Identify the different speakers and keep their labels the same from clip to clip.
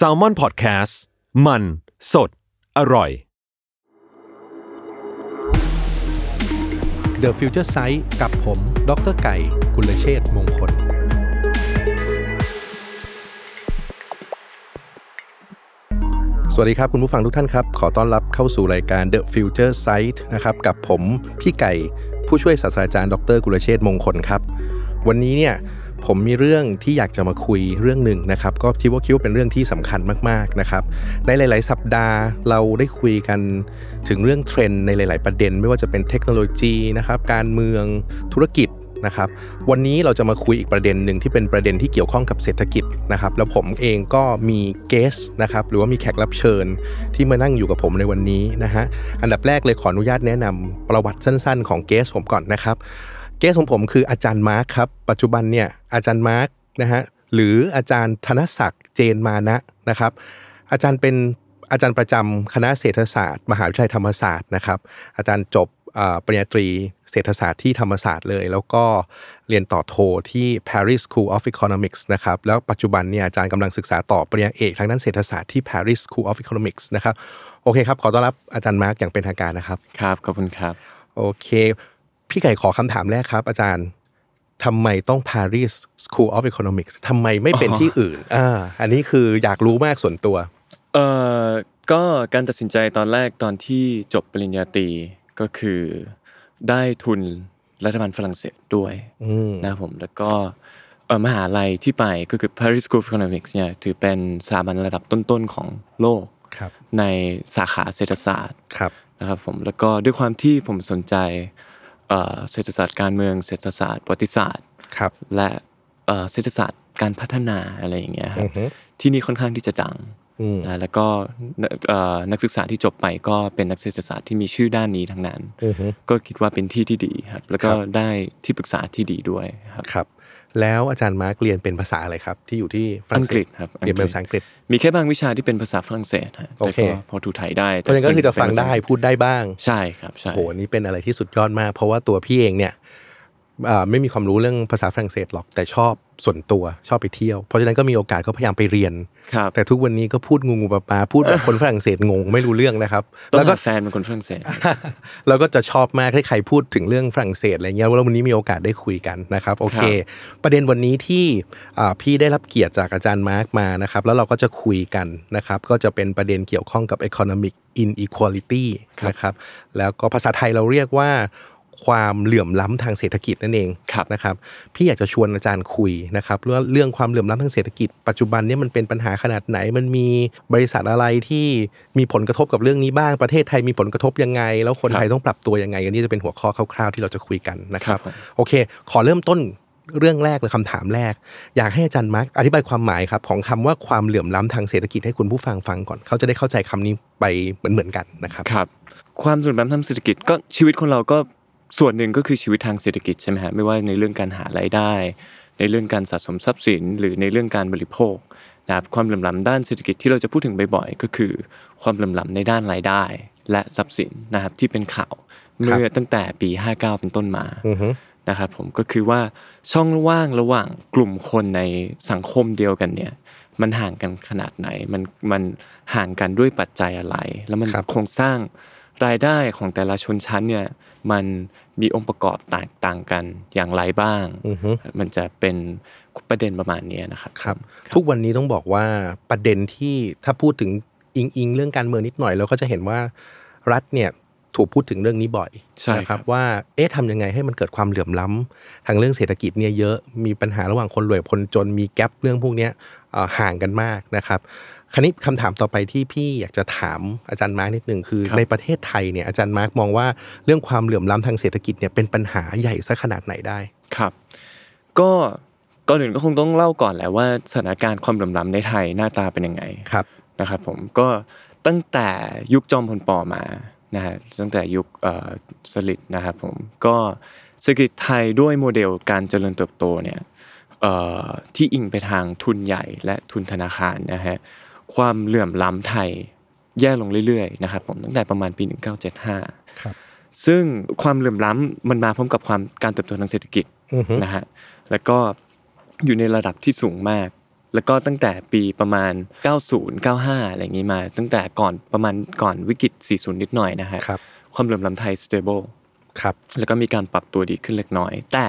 Speaker 1: s a l ม o n PODCAST มัน สด อร่อย
Speaker 2: The Future Sight กับผม ดรไก่ กุลเชษฐ์มงคล สวัสดีครับ คุณผู้ฟังทุกท่านครับ ขอต้อนรับเข้าสู่รายการ The Future Sight นะครับ กับผมพี่ไก่ ผู้ช่วยศาสตราจารย์ ดร กุลเชษฐ์มงคลครับ วันนี้เนี่ย ผมมีเรื่องที่อยากจะมาคุยเรื่องหนึ่งนะครับ ก็คิดว่าคิดว่าเป็นเรื่องที่สำคัญมาก ๆ นะครับ ในหลาย ๆ สัปดาห์เราได้คุยกันถึงเรื่องเทรนด์ในหลาย ๆ ประเด็น ไม่ว่าจะเป็นเทคโนโลยีนะครับ การเมืองธุรกิจ นะครับวันนี้เราจะมาคุยอีกประเด็นหนึ่งที่เป็นประเด็นที่เกี่ยวข้องกับเศรษฐกิจนะครับแล้วผมเองก็มีเกสนะครับหรือว่ามีแขกรับเชิญที่มานั่งอยู่กับผมในวันนี้นะฮะอันดับแรกเลยขออนุญาตแนะนำประวัติสั้นๆ ของเกสผมก่อนนะครับเกสของผมคืออาจารย์มาร์คครับปัจจุบันเนี่ยอาจารย์มาร์คนะฮะหรืออาจารย์ธนศักดิ์เจนมานะนะครับอาจารย์เป็น อาจารย์ประจำคณะเศรษฐศาสตร์ มหาวิทยาลัยธรรมศาสตร์นะครับ อาจารย์จบเอ่อปริญญาตรีเศรษฐศาสตร์ที่ธรรมศาสตร์เลย แล้วก็เรียนต่อโทที่ Paris School of Economics นะครับแล้วปัจจุบันเนี่ยอาจารย์กำลังศึกษาต่อปริญญาเอกทางด้านเศรษฐศาสตร์ที่ Paris School of Economics นะครับโอเคครับ ขอต้อนรับอาจารย์มาร์กอย่างเป็นทางการนะครับ
Speaker 3: ครับ ขอบคุณครับ
Speaker 2: โอเค พี่ไก่ขอคำถามแรกครับ อาจารย์ทำไมต้อง Paris School of Economics ทำไมไม่เป็นที่อื่นอ่าอันนี้คืออยากรู้มากส่วนตัว
Speaker 3: เอ่อ ก็การตัดสินใจตอนแรกตอนที่จบปริญญาตรีก็คือได้ทุนรัฐบาลฝรั่งเศสด้วยนะครับผม แล้วก็เอ่อมหาลัยที่ไปก็คือ Paris School of Economics เนี่ยถือเป็นสถาบันระดับต้นๆของโลก
Speaker 2: ครับ
Speaker 3: ในสาขาเศรษฐศาสตร์
Speaker 2: ครับ
Speaker 3: นะครับผมแล้วก็ด้วยความที่ผมสนใจเอ่อเศรษฐศาสตร์การเมืองเศรษฐศาสตร์ประวัติศาสตร์
Speaker 2: ครับ
Speaker 3: และเอ่อเศรษฐศาสตร์การพัฒนาอะไรอย่างเงี้ยครับที่นี่ค่อนข้างที่จะดังนะแล้วก็เอ่อนักศึกษาที่จบไปก็เป็นนักเศรษฐศาสตร์ที่มีชื่อด้านนี้ทั้งนั้น ก็คิดว่าเป็นที่ที่ดีครับแล้วก็ได้ที่ปรึกษาที่ดีด้วยครับ
Speaker 2: ครับแล้วอาจารย์มาร์กเรียนเป็นภาษาอะไรครับ ที่อยู่ที่ฝรั่งเศ
Speaker 3: อังกฤ
Speaker 2: ส
Speaker 3: ษครับอังกฤษ
Speaker 2: เรียนเป็นภาษาอังกฤษ
Speaker 3: มีแค่บางวิชาที่เป็นภาษาฝรั่งเศสฮะแต่
Speaker 2: โอเค
Speaker 3: ก็พอถูไทยได้
Speaker 2: เพราะฉะนั้นก็คือจะฟังได้พูดได้บ้าง
Speaker 3: ใช่ครับใช่
Speaker 2: โหนี่เป็นอะไรที่สุดยอดมาก เพราะว่าตัวพี่เองเนี่ยเอ่อไม่มีความรู้เรื่องภาษาฝรั่งเศสหรอกแต่ชอบส่วนตัวชอบไปเที่ยว เพราะฉะนั้นก็มีโอกาสก็พยายามไปเรียน
Speaker 3: ครับ
Speaker 2: แต่ทุกวันนี้ก็พูดงูงูปลาปลาพูดแบบคนฝรั่งเศสงงไม่รู้เรื่องนะครับ
Speaker 3: ต้
Speaker 2: แล้
Speaker 3: อง
Speaker 2: วก็
Speaker 3: หาแฟนเป็นคนฝรั่งเศส
Speaker 2: เราก็จะชอบมากที่ใครพูดถึงเรื่องฝรั่งเศสอะไรเงี้ยแล้ววันนี้มีโอกาสได้คุยกันนะครับโอเค ประเด็นวันนี้ที่อ่าพี่ได้รับเกียรติจากอาจารย์มาร์กมานะครับแล้วเราก็จะคุยกันนะครับก็จะเป็นประเด็นเกี่ยวข้องกับ economic inequality นะครับแล้วก็ภาษาไทยเราเรียกว่า ความเหลื่อมล้ำทางเศรษฐกิจนั่นเอง
Speaker 3: ครับ
Speaker 2: นะครับพี่อยากจะชวนอาจารย์คุยนะครับเรื่องเรื่องความเหลื่อมล้ำทางเศรษฐกิจ ปัจจุบันเนี่ยมันเป็นปัญหาขนาดไหน มันมีบริษัทอะไรที่มีผลกระทบกับเรื่องนี้บ้างประเทศไทยมีผลกระทบยังไง แล้วคนไทยต้องปรับตัวยังไงอันนี้จะเป็นหัวข้อคร่าวๆที่เราจะคุยกันนะครับ โอเค ขอเริ่มต้นเรื่องแรกเลยคำถามแรก อยากให้อาจารย์มาร์กอธิบายความหมายครับของคำว่าความเหลื่อมล้ำทางเศรษฐกิจให้คุณผู้ฟังฟังก่อนเขาจะได้เข้าใจคำนี้ไปเหมือนๆกันนะครับ
Speaker 3: ครับความสมดุลทางเศรษฐกิจก็ชีวิตคนเราก็ส่วนหนึ่งก็คือชีวิตทางเศรษฐกิจใช่ไหมฮะไม่ว่าในเรื่องการหารายได้ ในเรื่องการสะสมทรัพย์สิน หรือในเรื่องการบริโภคนะครับความเหลื่อมล้ำด้านเศรษฐกิจที่เราจะพูดถึงบ่อยๆ ก็คือ ความเหลื่อมล้ำในด้านรายได้ และทรัพย์สินนะครับที่เป็นข่าวเมื่อตั้งแต่ปี 59 เป็นต้นมานะครับผมก็คือว่าช่องว่างระหว่างกลุ่มคนในสังคมเดียวกันเนี่ยมันห่างกันขนาดไหนมันมันห่างกันด้วยปัจจัยอะไรแล้วมัน
Speaker 2: ครับ
Speaker 3: โครงสร้างรายได้ของแต่ละชนชั้นเนี่ยมันมีองค์ประกอบแตกต่างกันอย่างไรบ้าง มันจะเป็นประเด็นประมาณเนี้ยนะครับ
Speaker 2: ครับทุกวันนี้ต้องบอกว่าประเด็นที่ถ้าพูดถึงอิงอิงเรื่องการเมืองนิดหน่อยเราก็จะเห็นว่ารัฐเนี่ยถูกพูดถึงเรื่องนี้บ่อย
Speaker 3: ใช่ครับ
Speaker 2: นะว่าเอ๊ะทำยังไงให้มันเกิดความเหลื่อมล้ำทางเรื่องเศรษฐกิจเนี่ยเยอะมีปัญหาระหว่างคนรวยกับคนจนมีแกลบเรื่องพวกเนี้ยเอ่อห่างกันมากนะครับคราวนี้คำถามต่อไปที่พี่อยากจะถามอาจารย์มาร์กนิดหนึ่งคือในประเทศไทยเนี่ยอาจารย์มาร์กมองว่าเรื่องความเหลื่อมล้ำทางเศรษฐกิจเนี่ยเป็นปัญหาใหญ่ซะขนาดไหนได้
Speaker 3: ครับก็ก่อนอื่นก็คงต้องเล่าก่อนแหละว่าสถานการณ์ความเหลื่อมล้ำในไทยหน้าตาเป็นยังไง นะครับผมก็ตั้งแต่ยุคจอมพลปอมานะฮะตั้งแต่ยุคเอ่อสลิดนะครับผมก็เศรษฐกิจไทยด้วยโมเดลการเจริญเติบโตเนี่ยเอ่อที่อิงไปทางทุนใหญ่และทุนธนาคารนะฮะความเหลื่อมล้ำไทยแย่ลงเรื่อยๆนะครับผมตั้งแต่ประมาณปี 1975
Speaker 2: ครับ
Speaker 3: ซึ่งความเหลื่อมล้ำมันมาพร้อมกับความการเติบโตทางเศรษฐกิจ
Speaker 2: อือฮึ
Speaker 3: นะฮะแล้วก็อยู่ในระดับที่สูงมาก แล้วก็ตั้งแต่ปีประมาณ 90 95 อะไรอย่างนี้มา ตั้งแต่ก่อนประมาณก่อนวิกฤต 40 นิดหน่อยนะฮะ
Speaker 2: ครับ
Speaker 3: ความเหลื่อมล้ำไทย stable
Speaker 2: ครับ
Speaker 3: แล้วก็มีการปรับตัวดีขึ้นเล็กน้อย แต่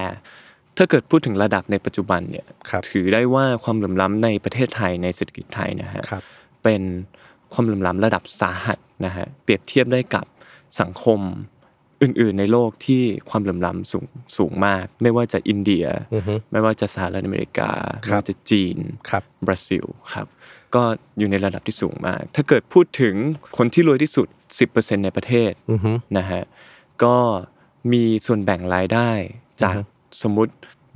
Speaker 3: ถ้าเกิดพูดถึงระดับในปัจจุบันเนี่ย
Speaker 2: ครับ
Speaker 3: ถือได้ว่าความเหลื่อมล้ำในประเทศไทยในเศรษฐกิจไทยนะฮะ
Speaker 2: ครับ
Speaker 3: เป็นความเหลื่อมล้ำระดับสาหัสนะฮะเปรียบเทียบได้กับสังคมอื่น ๆ ในโลกที่ความเหลื่อมล้ำสูงสูงมาก ไม่ว่าจะอินเดีย
Speaker 2: อือฮึ
Speaker 3: ไม่ว่าจะสหรัฐอเมริกา
Speaker 2: ครับ
Speaker 3: ไม่ว่าจะจีน
Speaker 2: ครับ
Speaker 3: บราซิลครับก็อยู่ในระดับที่สูงมาก ถ้าเกิดพูดถึงคนที่รวยที่สุด 10%ในประเทศ
Speaker 2: อือฮึ
Speaker 3: นะฮะก็มีส่วนแบ่งรายได้จากสมมติ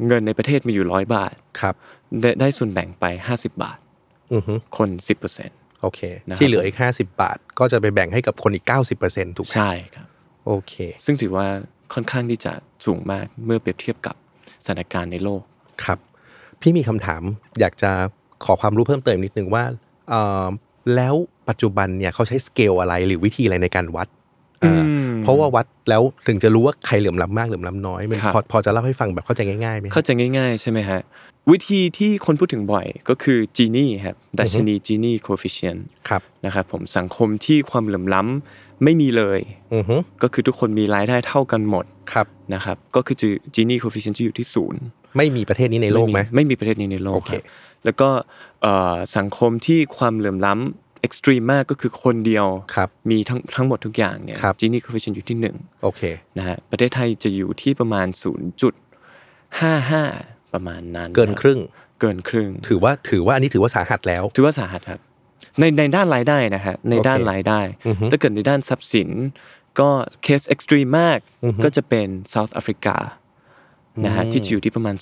Speaker 3: เงินในประเทศมีอยู่ร้อยบาท
Speaker 2: ครับ
Speaker 3: ได้ได้ส่วนแบ่งไป 50 บาท
Speaker 2: อือฮึ
Speaker 3: คน 10%
Speaker 2: โอเค
Speaker 3: นะครับ
Speaker 2: ที่เหลืออีก 50 บาท ก็จะไปแบ่งให้กับคนอีก 90%ถูกไหม
Speaker 3: ใช่ครับ
Speaker 2: โอเค
Speaker 3: ซึ่งถือว่าค่อนข้างที่จะสูงมากเมื่อเปรียบเทียบกับสถานการณ์ในโลก
Speaker 2: ครับ พี่มีคำถามอยากจะขอความรู้เพิ่มเติมนิดนึงว่าเอ่อแล้วปัจจุบันเนี่ยเขาใช้สเกลอะไรหรือวิธีอะไรในการวัดอ่า
Speaker 3: อืม
Speaker 2: เพราะว่าวัดแล้วถึงจะรู้ว่าใครเหลื่อมล้ำมากเหลื่อมล้ำน้อยมัน
Speaker 3: ครับ
Speaker 2: พอพอจะเล่าให้ฟังแบบเข้าใจง่ายๆไหม
Speaker 3: เข้าใจง่ายๆ ใช่ไหมฮะ วิธีที่คนพูดถึงบ่อยก็คือจีนี่ครับดัชนีจีนี่โคฟิเชน
Speaker 2: ครับ
Speaker 3: นะครับผมสังคมที่ความเหลื่อมล้ำไม่มีเลย
Speaker 2: อือฮึ
Speaker 3: ก็คือทุกคนมีรายได้เท่ากันหมด
Speaker 2: ครับ
Speaker 3: นะครับก็คือจีนี่โคฟิเชนจะอยู่ที่ศูนย์
Speaker 2: ไม่มีประเทศนี้ในโลกไหม
Speaker 3: ไม่มีประเทศนี้ในโลก
Speaker 2: โอเค
Speaker 3: ครับแล้วก็เอ่อสังคมที่ความเหลื่อมล้ำเอ็กซ์ตรีมมากก็คือคนเดียว
Speaker 2: ครับ
Speaker 3: มีทั้งทั้งหมดทุกอย่างเนี่ย
Speaker 2: ครับ
Speaker 3: จีนี่คอฟฟิชันอยู่ที่หนึ่ง
Speaker 2: โอเค
Speaker 3: นะฮะประเทศไทยจะอยู่ที่ประมาณ 0.55 ประมาณนั้น
Speaker 2: เกินครึ่ง
Speaker 3: เกินครึ่ง
Speaker 2: ถือว่าถือว่าอันนี้ถือว่าสาหัสแล้ว
Speaker 3: ถือว่าสาหัสครับ ในในด้านรายได้นะฮะในด้าน
Speaker 2: โอเค
Speaker 3: รายได้ถ้าเกิดในด้านทรัพย์สิน ก็เคสเอ็กซ์ตรีมมากก็จะเป็นเซาท์แอฟริกานะฮะที่จะอยู่ที่ประมาณ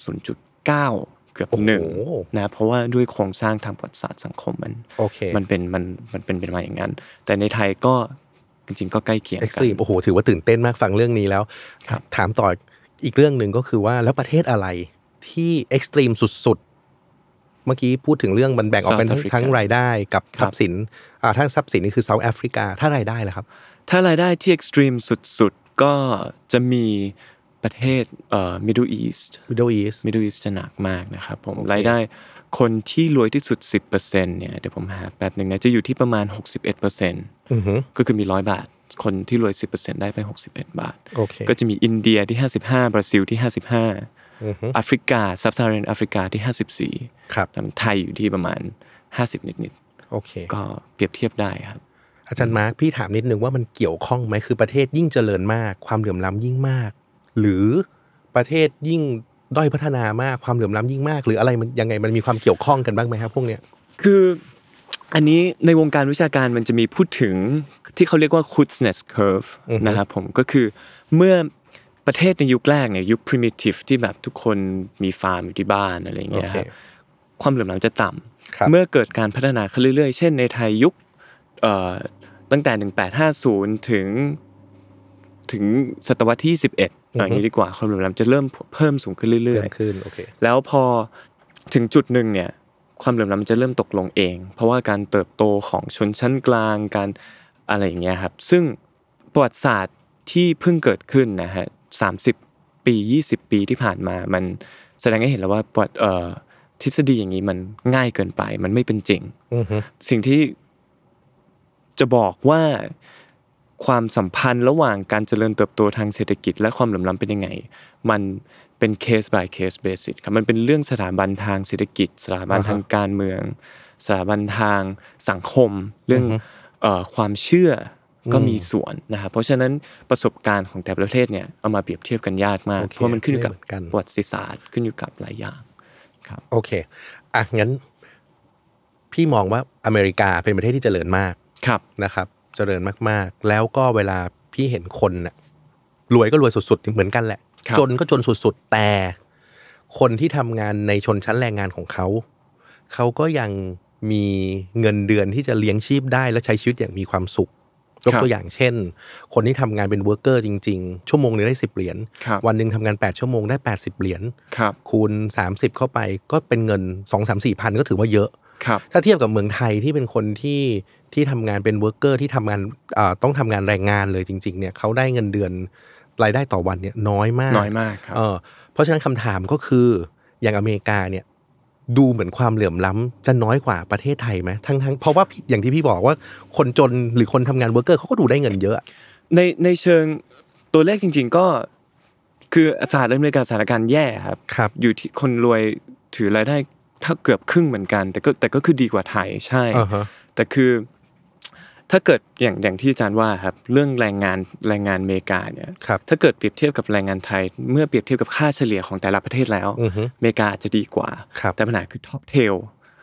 Speaker 3: 0.9 เกือบหนึ่ง
Speaker 2: โอ้โห
Speaker 3: นะเพราะว่าด้วยโครงสร้างทางประวัติศาสตร์สังคมมัน
Speaker 2: โอเค
Speaker 3: มันเป็นมันมันเป็นเป็นมาอย่างนั้น แต่ในไทยก็จริงๆก็ใกล้เคียง
Speaker 2: เอ็กซ์
Speaker 3: กั
Speaker 2: ตรีมโอ้โห ถือว่าตื่นเต้นมากฟังเรื่องนี้แล้ว ถามต่ออีกเรื่องหนึ่งก็คือว่าแล้วประเทศอะไรที่เอ็กซ์ตรีมสุดๆ เมื่อกี้พูดถึงเรื่องมันแบ่งออกเป็นทั้ง
Speaker 3: South Africa
Speaker 2: ทั้งรายได้กับทรัพย์สินอ่าถ้าทรัพย์สินนี่คือเซาท์แอฟริกาถ้ารายได้ล่ะครับ
Speaker 3: ถ้ารายได้ที่เอ็กซ์ตรีมสุดๆ ก็จะมีประเทศเอ่อ Middle East
Speaker 2: Middle East
Speaker 3: Middle East จะหนักมากนะครับผมรายได้คนที่รวยที่สุด 10%เนี่ยเดี๋ยวผมหาแป๊บหนึ่งนะ จะอยู่ที่ประมาณ 61%
Speaker 2: อือฮึ
Speaker 3: ก็คือมี 100 บาท คนที่รวย 10%ได้ไป 61 บาท
Speaker 2: โอเค
Speaker 3: ก็จะมีอินเดียที่ 55 บราซิลที่ 55แอฟริกาซับซาเรนแอฟริกาที่ 54
Speaker 2: ครับ
Speaker 3: แล้วไทยอยู่ที่ประมาณ 50 นิด
Speaker 2: โอเค
Speaker 3: ๆ ก็เปรียบเทียบได้ครับ
Speaker 2: อาจารย์มาร์คพี่ถามนิดนึงว่ามันเกี่ยวข้องไหมคือประเทศยิ่งเจริญมาก ความเหลื่อมล้ำยิ่งมาก หรือประเทศยิ่งด้อยพัฒนามากความเหลื่อมล้ำยิ่งมาก หรืออะไรมันยังไงมันมีความเกี่ยวข้องกันบ้างไหมครับพวกเนี้ย
Speaker 3: คืออันนี้ในวงการวิชาการมันจะมีพูดถึงที่เขาเรียกว่า Kuznets curve นะครับผมก็คือเมื่อประเทศในยุคแรกเนี่ยยุค primitive ที่แบบทุกคนมีฟาร์มอยู่ที่บ้านอะไรอย่างเงี้ยครับ ความเหลื่อมล้ำจะต่
Speaker 2: ครับ
Speaker 3: ำ เมื่อเกิดการพัฒนาขึ้นเรื่อยๆ เช่นในไทยยุคเอ่อตั้งแต่ 1850 ถึงถึงศตวรรษที่ 11เอาอย่างนี้ดีกว่า ความเหลื่อมล้ำจะเริ่มเพิ่มสูงขึ้นเรื่
Speaker 2: เพิ่
Speaker 3: อย
Speaker 2: มขึ้นโอเค
Speaker 3: ๆ แล้วพอถึงจุดหนึ่งเนี่ย ความเหลื่อมล้ำมันจะเริ่มตกลงเอง เพราะว่าการเติบโตของชนชั้นกลาง การอะไรอย่างเงี้ยครับ ซึ่งประวัติศาสตร์ที่เพิ่งเกิดขึ้นนะฮะสาปี 20 ปีที่ผ่านมา มันแสดงให้เห็นแล้วว่าประวัติเอ่อทฤษฎีอย่างนี้มันง่ายเกินไป มันไม่เป็นจริง สิ่งที่จะบอกว่าความสัมพันธ์ระหว่างการเจริญเติบโตทางเศรษฐกิจ และความเหลื่อมล้ำเป็นยังไง มันเป็น case by case basis ครับมันเป็นเรื่องสถาบันทางเศรษฐกิจ สถาบันทางการเมือง สถาบันทางสังคม เรื่องเอ่อความเชื่อก็มีส่วนนะครับเพราะฉะนั้นประสบการณ์ของแต่ละประเทศเนี่ยเอามาเปรียบเทียบกันยากมาก
Speaker 2: โอเค
Speaker 3: เพราะมันขึ้นอยู่กับ
Speaker 2: ไม่เหมือนกัน
Speaker 3: ประวัติศาสตร์ขึ้นอยู่กับหลายอย่าง
Speaker 2: โอเค อ่ะ งั้น พี่มองว่าอเมริกาเป็นประเทศที่เจริญมาก
Speaker 3: ครับ
Speaker 2: นะครับ เจริญมากๆ แล้วก็เวลาพี่เห็นคนน่ะรวยก็รวยสุดๆ เหมือนกันแหละ
Speaker 3: ครับ
Speaker 2: จนก็จนสุดๆ แต่ คนที่ทำงานในชนชั้นแรงงานของเขา เขาก็ยัง มีเงินเดือนที่จะเลี้ยงชีพได้และใช้ชีวิตอย่างมีความสุข ยก
Speaker 3: ครับ
Speaker 2: ตัวอย่างเช่น คนที่ทำงานเป็นเวิร์กเกอร์จริง ๆ ชั่วโมงหนึงได้สิบเหรียญ
Speaker 3: ครับ
Speaker 2: วันหนึ่งทำงาน 8 ชั่วโมงได้ 80 เหรียญ
Speaker 3: ครับ
Speaker 2: คูณ 30 เข้าไปก็เป็นเงิน 2 3 4พันก็ถือว่าเยอะ
Speaker 3: ครับ
Speaker 2: ถ้าเทียบกับเมืองไทยที่เป็นคนที่ที่ทำงานเป็นเวิร์กเกอร์ที่ทำงานอ่าต้องทำงานแรงงานเลยจริง ๆ เนี่ยเขาได้เงินเดือนรายได้ต่อวันเนี่ยน้อยมาก
Speaker 3: น้อยมากครับ
Speaker 2: เออเพราะฉะนั้นคำถามก็คืออย่างอเมริกาเนี่ยดูเหมือนความเหลื่อมล้ำจะน้อยกว่าประเทศไทยไหมทั้งทั้งเพราะว่าอย่างที่พี่บอกว่าคนจนหรือคนทำงานเวิร์กเกอร์เขาก็ดูได้เงินเยอะ
Speaker 3: ในในเชิงตัวเลขจริง ๆ ก็คือสหรัฐอเมริกาสถานการณ์แย่ครับ
Speaker 2: ครับ
Speaker 3: อยู่ที่คนรวยถือรายได้เท่าเกือบครึ่งเหมือนกัน แต่ก็แต่ก็คือดีกว่าไทยใช่
Speaker 2: อ่าฮะ
Speaker 3: แต่คือถ้าเกิดอย่างอย่างที่อาจารย์ว่าครับเรื่องแรงงานแรงงานอเมริกาเนี่ย
Speaker 2: ครับ
Speaker 3: ถ้าเกิดเปรียบเทียบกับแรงงานไทย เมื่อเปรียบเทียบกับค่าเฉลี่ยของแต่ละประเทศแล้ว
Speaker 2: อือฮึ
Speaker 3: อเมริกาอาจจะดีกว่า
Speaker 2: ครับ
Speaker 3: แต่ปัญหาคือท็อปเทล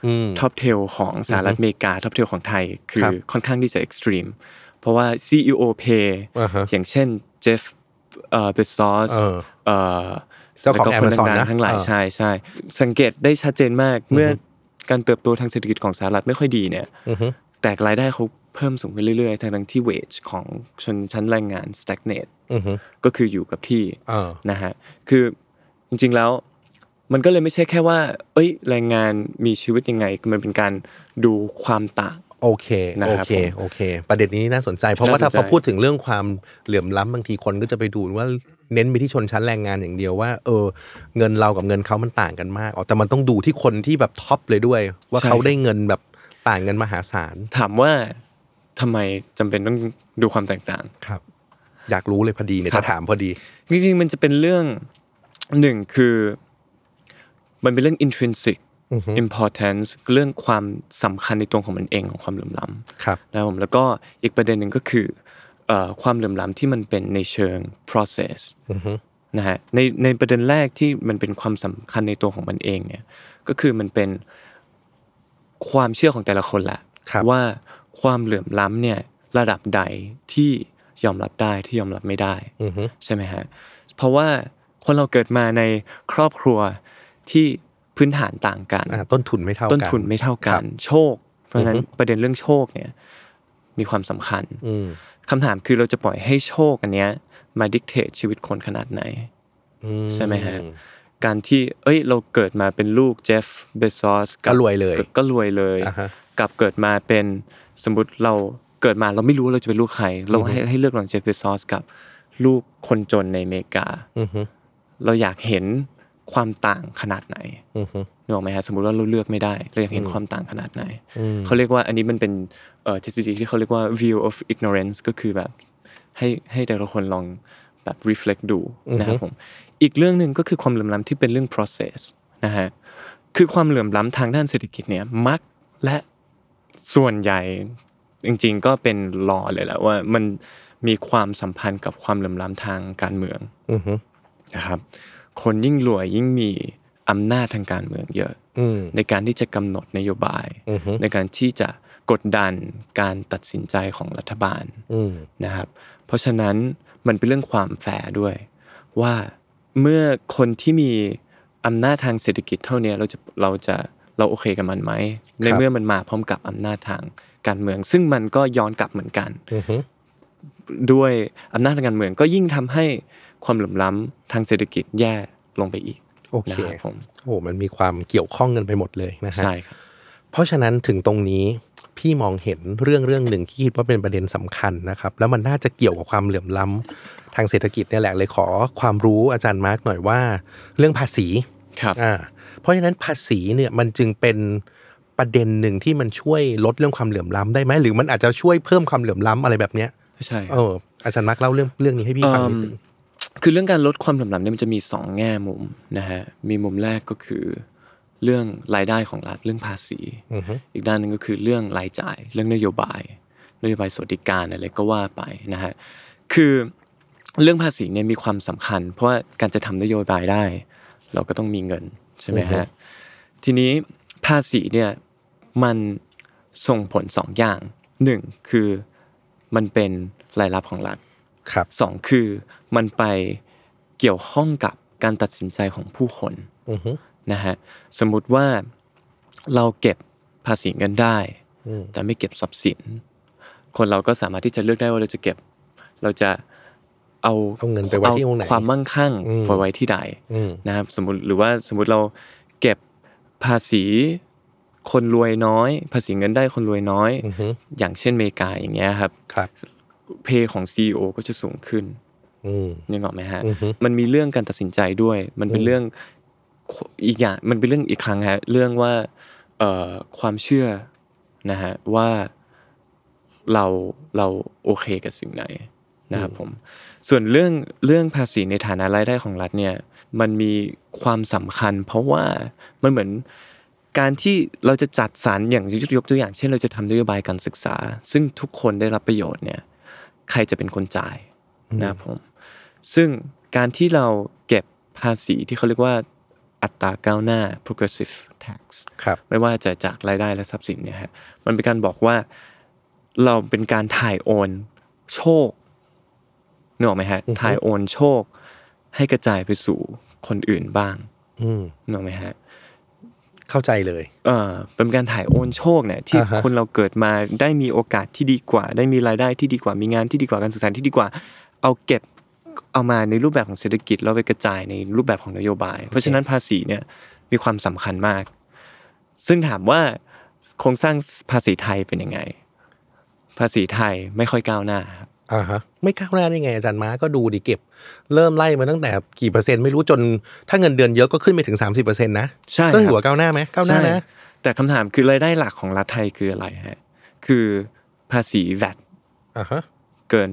Speaker 2: อืม
Speaker 3: ท็อปเทลของสหรัฐอเมริกาท็อปเทลของไทย คื
Speaker 2: ค
Speaker 3: อ
Speaker 2: รับ
Speaker 3: ค่อนข้างที่จะเอ็กซ์ตรีมเพราะว่า CEO pay
Speaker 2: อ่าฮะ
Speaker 3: อย่างเช่นเจฟเอ่อเบซอส
Speaker 2: เออ
Speaker 3: เอ่อ
Speaker 2: เจ้าของ
Speaker 3: แล้วก็คน
Speaker 2: Amazon
Speaker 3: ดัง
Speaker 2: นะ
Speaker 3: ๆทั้งหลาย
Speaker 2: อ่า
Speaker 3: ใช่ใช่สังเกตได้ชัดเจนมากเมื่อการเติบโตทางเศรษฐกิจของสหรัฐไม่ค่อยดีเนี่ย
Speaker 2: อือฮึ
Speaker 3: แต่รายได้เขาเพิ่มสูงขึ้นเรื่อยๆ ทั้งๆที่เวจของชนชั้นแรงงาน stagnate
Speaker 2: อือฮึ
Speaker 3: ก็คืออยู่กับที่
Speaker 2: เออ
Speaker 3: นะฮะ คือจริงๆแล้วมันก็เลยไม่ใช่แค่ว่า เอ้ยแรงงานมีชีวิตยังไง มันเป็นการดูความต่าง
Speaker 2: โอเค
Speaker 3: นะ
Speaker 2: โอ
Speaker 3: ครับ
Speaker 2: เค โอเค ประเด็นนี้น่าสนใจ เพราะว่าถ้า
Speaker 3: น่าสนใจ
Speaker 2: พอพูดถึงเรื่องความเหลื่อมล้ำบางทีคนก็จะไปดูว่าเน้นไปที่ชนชั้นแรงงานอย่างเดียวว่า เออ เงินเรากับเงินเขามันต่างกันมากอ๋อแต่มันต้องดูที่คนที่แบบท็อปเลยด้วย ว่าเขาได้เงินแบบต่างเงินมหาศาล
Speaker 3: ถามว่าทำไมจำเป็นต้องดูความแตกต่าง
Speaker 2: ครับ อยากรู้เลยพอดีเนี่ยจะถามพอดี
Speaker 3: จริงๆมันจะเป็นเรื่องหนึ่งคือ มันเป็นเรื่อง intrinsic importance เรื่องความสำคัญในตัวของมันเองของความเหลื่อมล้ำ
Speaker 2: ครับ
Speaker 3: นะครับผมแล้วก็อีกประเด็นหนึ่งก็คือเอ่อความเหลื่อมล้ำที่มันเป็นในเชิง process นะฮะในในประเด็นแรกที่มันเป็นความสำคัญในตัวของมันเองเนี่ยก็คือมันเป็นความเชื่อของแต่ละคนแหละ
Speaker 2: ครับ
Speaker 3: ว่าความเหลื่อมล้ำเนี่ยระดับใดที่ยอมรับได้ที่ยอมรับไม่ได้
Speaker 2: อือฮึ
Speaker 3: ใช่ไหมฮะ เพราะว่าคนเราเกิดมาในครอบครัวที่พื้นฐานต่างกัน
Speaker 2: อ่าต้นทุนไม่เท่ากัน
Speaker 3: ต้นทุนไม่เท่า
Speaker 2: ค
Speaker 3: กั
Speaker 2: รั
Speaker 3: น
Speaker 2: บ
Speaker 3: โชค เพราะฉะนั้นประเด็นเรื่องโชคเนี่ยมีความสำคัญ
Speaker 2: อืม
Speaker 3: คำถามคือเราจะปล่อยให้โชคอันเนี้ยมาดิกเตชีวิตคนขนาดไหน
Speaker 2: อื
Speaker 3: ใช่ไหมฮะ การที่เอ้ยเราเกิดมาเป็นลูกเจฟเบซอส
Speaker 2: ก็รวยเลย
Speaker 3: ก็รวยเลย
Speaker 2: อ่าฮะ
Speaker 3: กับเกิดมาเป็นสมมติเราเกิดมาเราไม่รู้ว่าเราจะเป็นลูกใคร เราให้ให้เลือกระหลังเจฟเบซอสกับลูกคนจนในอเมริกา
Speaker 2: อือฮึ
Speaker 3: เราอยากเห็นความต่างขนาดไหน
Speaker 2: อือฮึ
Speaker 3: นึกออกไหมฮะสมมติว่าเราเลือกไม่ได้ เราอยากเห็นความต่างขนาดไหน เขาเรียกว่าอันนี้มันเป็นเอ่อทฤษฎีที่เขาเรียกว่า view of ignorance ก็คือแบบให้ให้แต่ละคนลองแบบ reflect ดูนะครับผมอีกเรื่องหนึ่งก็คือความเหลื่อมล้ำที่เป็นเรื่อง process นะฮะคือความเหลื่อมล้ำทางด้านเศรษฐกิจเนี่ยมักและส่วนใหญ่จริงๆ ก็เป็นลอเลยแหละว่ามันมีความสัมพันธ์กับความเหลื่อมล้ำทางการเมือง
Speaker 2: อือฮึ
Speaker 3: นะครับคนยิ่งรวยยิ่งมีอำนาจทางการเมืองเยอะ
Speaker 2: อืม
Speaker 3: ในการที่จะกำหนดนโยบาย
Speaker 2: อือฮึ
Speaker 3: ในการที่จะกดดันการตัดสินใจของรัฐบาล
Speaker 2: อืม
Speaker 3: นะครับ เพราะฉะนั้นมันเป็นเรื่องความแฟร์ด้วย ว่าเมื่อคนที่มีอำนาจทางเศรษฐกิจเท่าเนี้ยเราจะเราจะเราโอเคกับมันไหมในเมื่อมันมาพร้อมกับอำนาจทางการเมือง ซึ่งมันก็ย้อนกลับเหมือนกัน
Speaker 2: อือฮึ
Speaker 3: ด้วยอำนาจทางการเมืองก็ยิ่งทำให้ความเหลื่อมล้ำทางเศรษฐกิจแย่ลงไปอีก
Speaker 2: โอเค
Speaker 3: นะครับผม
Speaker 2: โอ้มันมีความเกี่ยวข้องกันไปหมดเลยนะฮะ
Speaker 3: ใช่ครับ
Speaker 2: เพราะฉะนั้นถึงตรงนี้พี่มองเห็นเรื่องเรื่องหนึ่งที่คิดว่าเป็นประเด็นสำคัญนะครับ แล้วมันน่าจะเกี่ยวกับความเหลื่อมล้ำทางเศรษฐกิจเนี่ยแหละเลยขอความรู้อาจารย์มาร์กหน่อยว่า เรื่องภาษี
Speaker 3: ครับ
Speaker 2: อ่าเพราะฉะนั้นภาษีเนี่ยมันจึงเป็นประเด็นหนึ่งที่มันช่วยลดเรื่องความเหลื่อมล้ำได้ไหมหรือมันอาจจะช่วยเพิ่มความเหลื่อมล้ำอะไรแบบเนี้ย
Speaker 3: ใช่ค
Speaker 2: เอ
Speaker 3: รับ
Speaker 2: ออาจารย์มาร์กเล่าเรื่องเรื่องนี้ให้พี่ฟังนิดนึง
Speaker 3: คือเรื่องการลดความเหลื่อมล้ำเนี่ยมันจะมีสองแง่มุมนะฮะ มีมุมแรกก็คือเรื่องรายได้ของรัฐเรื่องภาษี อีกด้านหนึ่งก็คือเรื่องรายจ่าย เรื่องนโยบาย นโยบายสวัสดิการอะไรก็ว่าไปนะฮะ คือเรื่องภาษีเนี่ยมีความสำคัญ เพราะว่าการจะทำนโยบายได้ เราก็ต้องมีเงินใช่ไหมฮะ ทีนี้ภาษีเนี่ยมันส่งผลสองอย่างหนึ่งคือมันเป็นรายรับของรัฐ
Speaker 2: ครับ
Speaker 3: สองคือมันไปเกี่ยวข้องกับการตัดสินใจของผู้คน
Speaker 2: อือฮึ
Speaker 3: นะฮะสมมุติว่าเราเก็บภ าษีเงินได้ แต่ไม่เก็บทรัพย์สิน คนเราก็สามารถที่จะเลือกได้ว่าเราจะเก็บ เราจะเอา
Speaker 2: เอาเงินไปไว้ที่ตรงไหน
Speaker 3: ความมั่งคั่ง
Speaker 2: อืม
Speaker 3: ไปไว้ที่ใด
Speaker 2: อืม
Speaker 3: นะครับสมมติหรือว่าสมมติเราเก็บภาษีคนรวยน้อย ภาษีเงินได้คนรวยน้อย
Speaker 2: อือฮึ
Speaker 3: อย่างเช่นอเมริกาอย่างเงี้ยครับ
Speaker 2: ครับ
Speaker 3: เพของ CEO ก็จะสูงขึ้น
Speaker 2: อืม
Speaker 3: นึกออกไหมฮะ
Speaker 2: อือฮึ
Speaker 3: มันมีเรื่องการตัดสินใจด้วย มันเป็นเรื่องอีกอย่างมันเป็นเรื่องอีกครั้งฮะเรื่องว่าเอ่อความเชื่อนะฮะว่าเราเราโอเคกับสิ่งไหนนะครับผมส่วนเรื่องเรื่องภาษีในฐานะรายได้ของรัฐเนี่ยมันมีความสำคัญ เพราะว่ามันเหมือนการที่เราจะจัดสรรอย่างยกตัวอย่าง เช่น เราจะทำนโยบายการศึกษา ซึ่งทุกคนได้รับประโยชน์เนี่ยใครจะเป็นคนจ่ายนะครับผม ซึ่งการที่เราเก็บภาษีที่เขาเรียกว่าอัตราก้าวหน้า progressive tax
Speaker 2: ครับ
Speaker 3: ไม่ว่าจะจากรายได้และทรัพย์สินเนี่ยฮะมันเป็นการบอกว่าเราเป็นการถ่ายโอนโชคนึกออกไหมฮะถ่ายโอนโชค ให้กระจายไปสู่คนอื่นบ้าง
Speaker 2: อืม
Speaker 3: นึกออกไหมฮะ
Speaker 2: เข้าใจเลย
Speaker 3: เอ่อเป็นการถ่ายโอนโชคเนี่ยที่
Speaker 2: อ่าฮะ
Speaker 3: คนเราเกิดมาได้มีโอกาสที่ดีกว่า ได้มีรายได้ที่ดีกว่ามีงานที่ดีกว่าการศึกษาที่ดีกว่า เอาเก็บเอามาในรูปแบบของเศรษฐกิจแล้วไปกระจายในรูปแบบของนโยบาย เพราะฉะนั้นภาษีเนี่ยมีความสำคัญมาก ซึ่งถามว่าโครงสร้างภาษีไทยเป็นยังไง ภาษีไทยไม่ค่อยก้าวหน้าครับ
Speaker 2: อ่าฮะ ไม่ก้าวหน้าได้ไงอาจารย์ม้าก็ดูดิเก็บ เริ่มไล่มาตั้งแต่กี่เปอร์เซ็นต์ไม่รู้จน ถ้าเงินเดือนเยอะก็ขึ้นไปถึง 30%นะ
Speaker 3: ใช่ครับ
Speaker 2: ก็ถือว่าก้าวหน้าไหมก้าวหน้านะ
Speaker 3: ใช่แต่คำถามคือรายได้หลักของรัฐไทยคืออะไรฮะคือภาษี VAT
Speaker 2: อ่าฮะ
Speaker 3: เกิน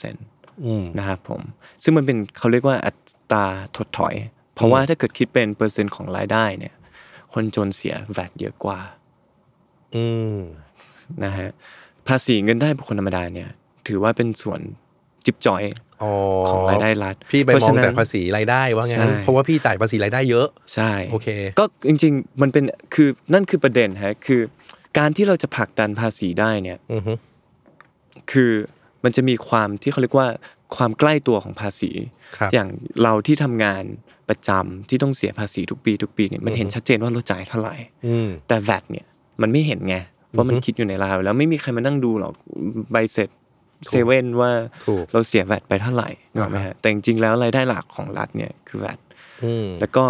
Speaker 3: 50%
Speaker 2: อืม
Speaker 3: นะครับผมซึ่งมันเป็นเขาเรียกว่าอัตราถดถอย เพราะว่าถ้าเกิดคิดเป็นเปอร์เซ็นต์ของรายได้เนี่ยคนจนเสีย VAT เยอะกว่า
Speaker 2: อืม
Speaker 3: นะฮะภาษีเงินได้บุคคลธรรมดาเนี่ยถือว่าเป็นส่วนจิบจอย
Speaker 2: อ๋อ
Speaker 3: ของรายได้รัฐ
Speaker 2: พี่ไป
Speaker 3: เพราะ
Speaker 2: มอง
Speaker 3: ฉะนั้น
Speaker 2: แต่ภาษีรายได้ว่างั้น
Speaker 3: ใช่
Speaker 2: เพราะว่าพี่จ่ายภาษีรายได้เยอะ
Speaker 3: ใช่
Speaker 2: โอเค
Speaker 3: ก็จริงๆมันเป็นคือนั่นคือประเด็นฮะคือ การที่เราจะผลักดันภาษีได้เนี่ย
Speaker 2: อือฮึ
Speaker 3: คือมันจะมีความที่เขาเรียกว่าความใกล้ตัวของภาษี
Speaker 2: ครับ
Speaker 3: อย่างเราที่ทำงานประจำที่ต้องเสียภาษีทุกปีทุกปีเนี่ยมันเห็นชัดเจนว่าเราจ่ายเท่าไหร่
Speaker 2: อืม
Speaker 3: แต่ VAT เนี่ยมันไม่เห็นไงเพราะมันคิดอยู่ในราวแล้วไม่มีใครมานั่งดูหรอกใบเสร็จเซเว่นว่า
Speaker 2: ถูก
Speaker 3: เราเสีย VAT ไปเท่าไหร่นึกออกไหมฮะแต่จริงๆแล้วรายได้หลักของรัฐเนี่ยคือ VAT
Speaker 2: อืม
Speaker 3: แล้วก็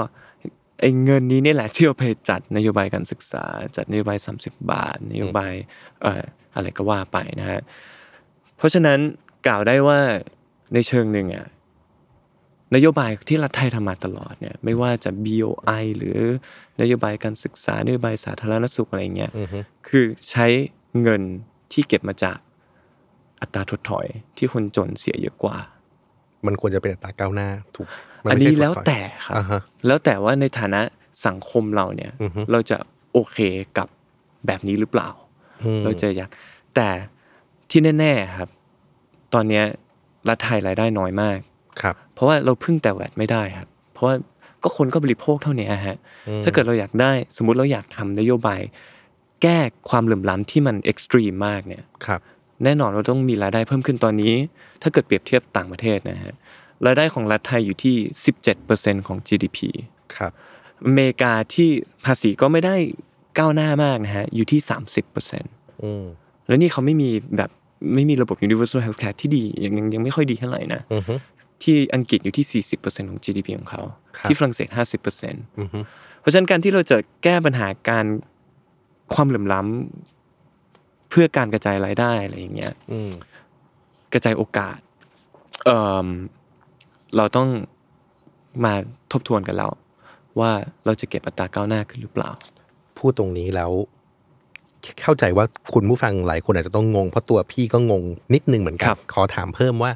Speaker 3: ไอ้เงินนี้เนี่ยแหละที่เอาไปจัดนโยบายการศึกษา จัดนโยบาย 30 บาท นโยบายเอ่ออะไรก็ว่าไปนะฮะเพราะฉะนั้นกล่าวได้ว่าในเชิงหนึ่งอะนโยบายที่รัฐไทยทำมาตลอดเนี่ยไม่ว่าจะ BOI หรือนโยบายการศึกษานโยบายสาธารณสุขอะไรเงี้ยคือใช้เงินที่เก็บมาจากอัตราถดถอยที่คนจนเสียเยอะกว่า
Speaker 2: มันควรจะเป็นอัตราก้าวหน้าถูกมั
Speaker 3: อัน
Speaker 2: ไม่ใช่ถู
Speaker 3: นี้
Speaker 2: ก
Speaker 3: แล้ว
Speaker 2: ก่
Speaker 3: แต่ครับ
Speaker 2: อ่าฮะ
Speaker 3: แล้วแต่ว่าในฐานะสังคมเราเนี่ย
Speaker 2: อือฮึ
Speaker 3: เราจะโอเคกับแบบนี้หรือเปล่า
Speaker 2: อืม
Speaker 3: เราจะอยากแต่ที่แน่ๆครับ ตอนเนี้ยรัฐไทยรายได้น้อยมาก
Speaker 2: ครับ
Speaker 3: เพราะว่าเราพึ่งแต่แวดไม่ได้ครับ เพราะว่าก็คนก็บริโภคเท่านี้ฮะ ถ้าเกิดเราอยากได้สมมุติเราอยากทำนโยบาย แก้ความเหลื่อมล้ำที่มันเอ็กซ์ตรีมมากเนี่ย
Speaker 2: ครับ
Speaker 3: แน่นอนเราต้องมีรายได้เพิ่มขึ้นตอนนี้ ถ้าเกิดเปรียบเทียบต่างประเทศนะฮะรายได้ของรัฐไทยอยู่ที่ 17%ของ GDP
Speaker 2: ครับ
Speaker 3: อเมริกาที่ภาษีก็ไม่ได้ก้าวหน้ามากนะฮะอยู่ที่ 30%
Speaker 2: อืม
Speaker 3: แล้วนี่เขาไม่มีแบบไม่มีระบบ universal healthcare ที่ดียังยังยังไม่ค่อยดีเท่าไหร่นะ
Speaker 2: อือฮึ
Speaker 3: ที่อังกฤษอยู่ที่ 40%ของ GDP ของเขา
Speaker 2: ครับ
Speaker 3: ที่ฝรั่งเศส 50%
Speaker 2: อือฮึ
Speaker 3: เพราะฉะนั้นการที่เราจะแก้ปัญหาการความเหลื่อมล้ำเพื่อการกระจายรายได้อะไรอย่างเงี้ย
Speaker 2: อืม
Speaker 3: กระจายโอกาสเอ่มเราต้องมาทบทวนกันแล้ว ว่าเราจะเก็บอัตราก้าวหน้าขึ้นหรือเปล่า
Speaker 2: พูดตรงนี้แล้ว เข้าใจว่าคุณผู้ฟังหลายคนอาจจะต้องงง เพราะตัวพี่ก็งงนิดนึงเหมือนกั
Speaker 3: ครั
Speaker 2: น
Speaker 3: บ
Speaker 2: ขอถามเพิ่มว่า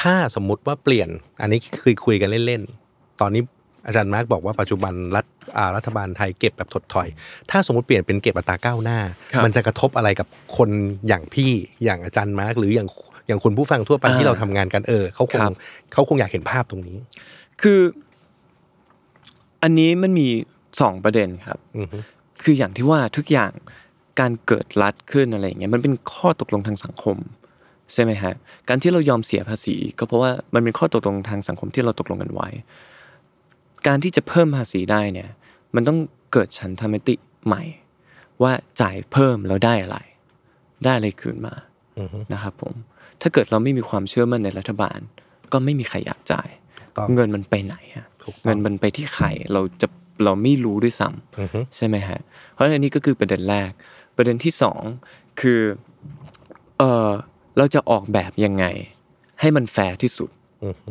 Speaker 2: ถ้าสมมุติว่าเปลี่ยน อันนี้คือคุยกันเล่นๆ ตอนนี้อาจารย์มาร์กบอกว่าปัจจุบันรัฐอ่ารัฐบาลไทยเก็บแบบถดถอย ถ้าสมมติเปลี่ยนเป็นเก็บอัตราก้าวหน้า
Speaker 3: ครับ
Speaker 2: มันจะกระทบอะไรกับคนอย่างพี่อย่างอาจารย์มาร์กหรืออย่างอย่างคุณผู้ฟังทั่วไปที่
Speaker 3: อ่า
Speaker 2: เราทำงานกันเออเขาคง
Speaker 3: ครับ
Speaker 2: เขาคงอยากเห็นภาพตรงนี้
Speaker 3: คืออันนี้มันมีสองประเด็นครับ
Speaker 2: อือฮึ
Speaker 3: คืออย่างที่ว่าทุกอย่างการเกิดรัฐขึ้นอะไรอย่างเงี้ยมันเป็นข้อตกลงทางสังคม ใช่ไหมฮะการที่เรายอมเสียภาษี ก็เพราะว่ามันเป็นข้อตกลงทางสังคมที่เราตกลงกันไว้ การที่จะเพิ่มภาษีได้เนี่ย มันต้องเกิดฉันทามติใหม่ ว่าจ่ายเพิ่มแล้วได้อะไร ได้อะไรคืนมา
Speaker 2: อือฮึ
Speaker 3: นะครับผมถ้าเกิดเราไม่มีความเชื่อมั่นในรัฐบาล ก็ไม่มีใครอยากจ่าย
Speaker 2: ต้อง
Speaker 3: เงินมันไปไหนอะ
Speaker 2: ถูกต้อง
Speaker 3: เงินมันไปที่ใครเราจะเราไม่รู้ด้วยซ้
Speaker 2: อือฮึ
Speaker 3: ำใช่ไหมฮะเพราะฉะนั้นอันนี้ก็คือประเด็นแรก ประเด็นที่สองคือเออเราจะออกแบบยังไง ให้มันแฟร์ที่สุด
Speaker 2: อือฮึ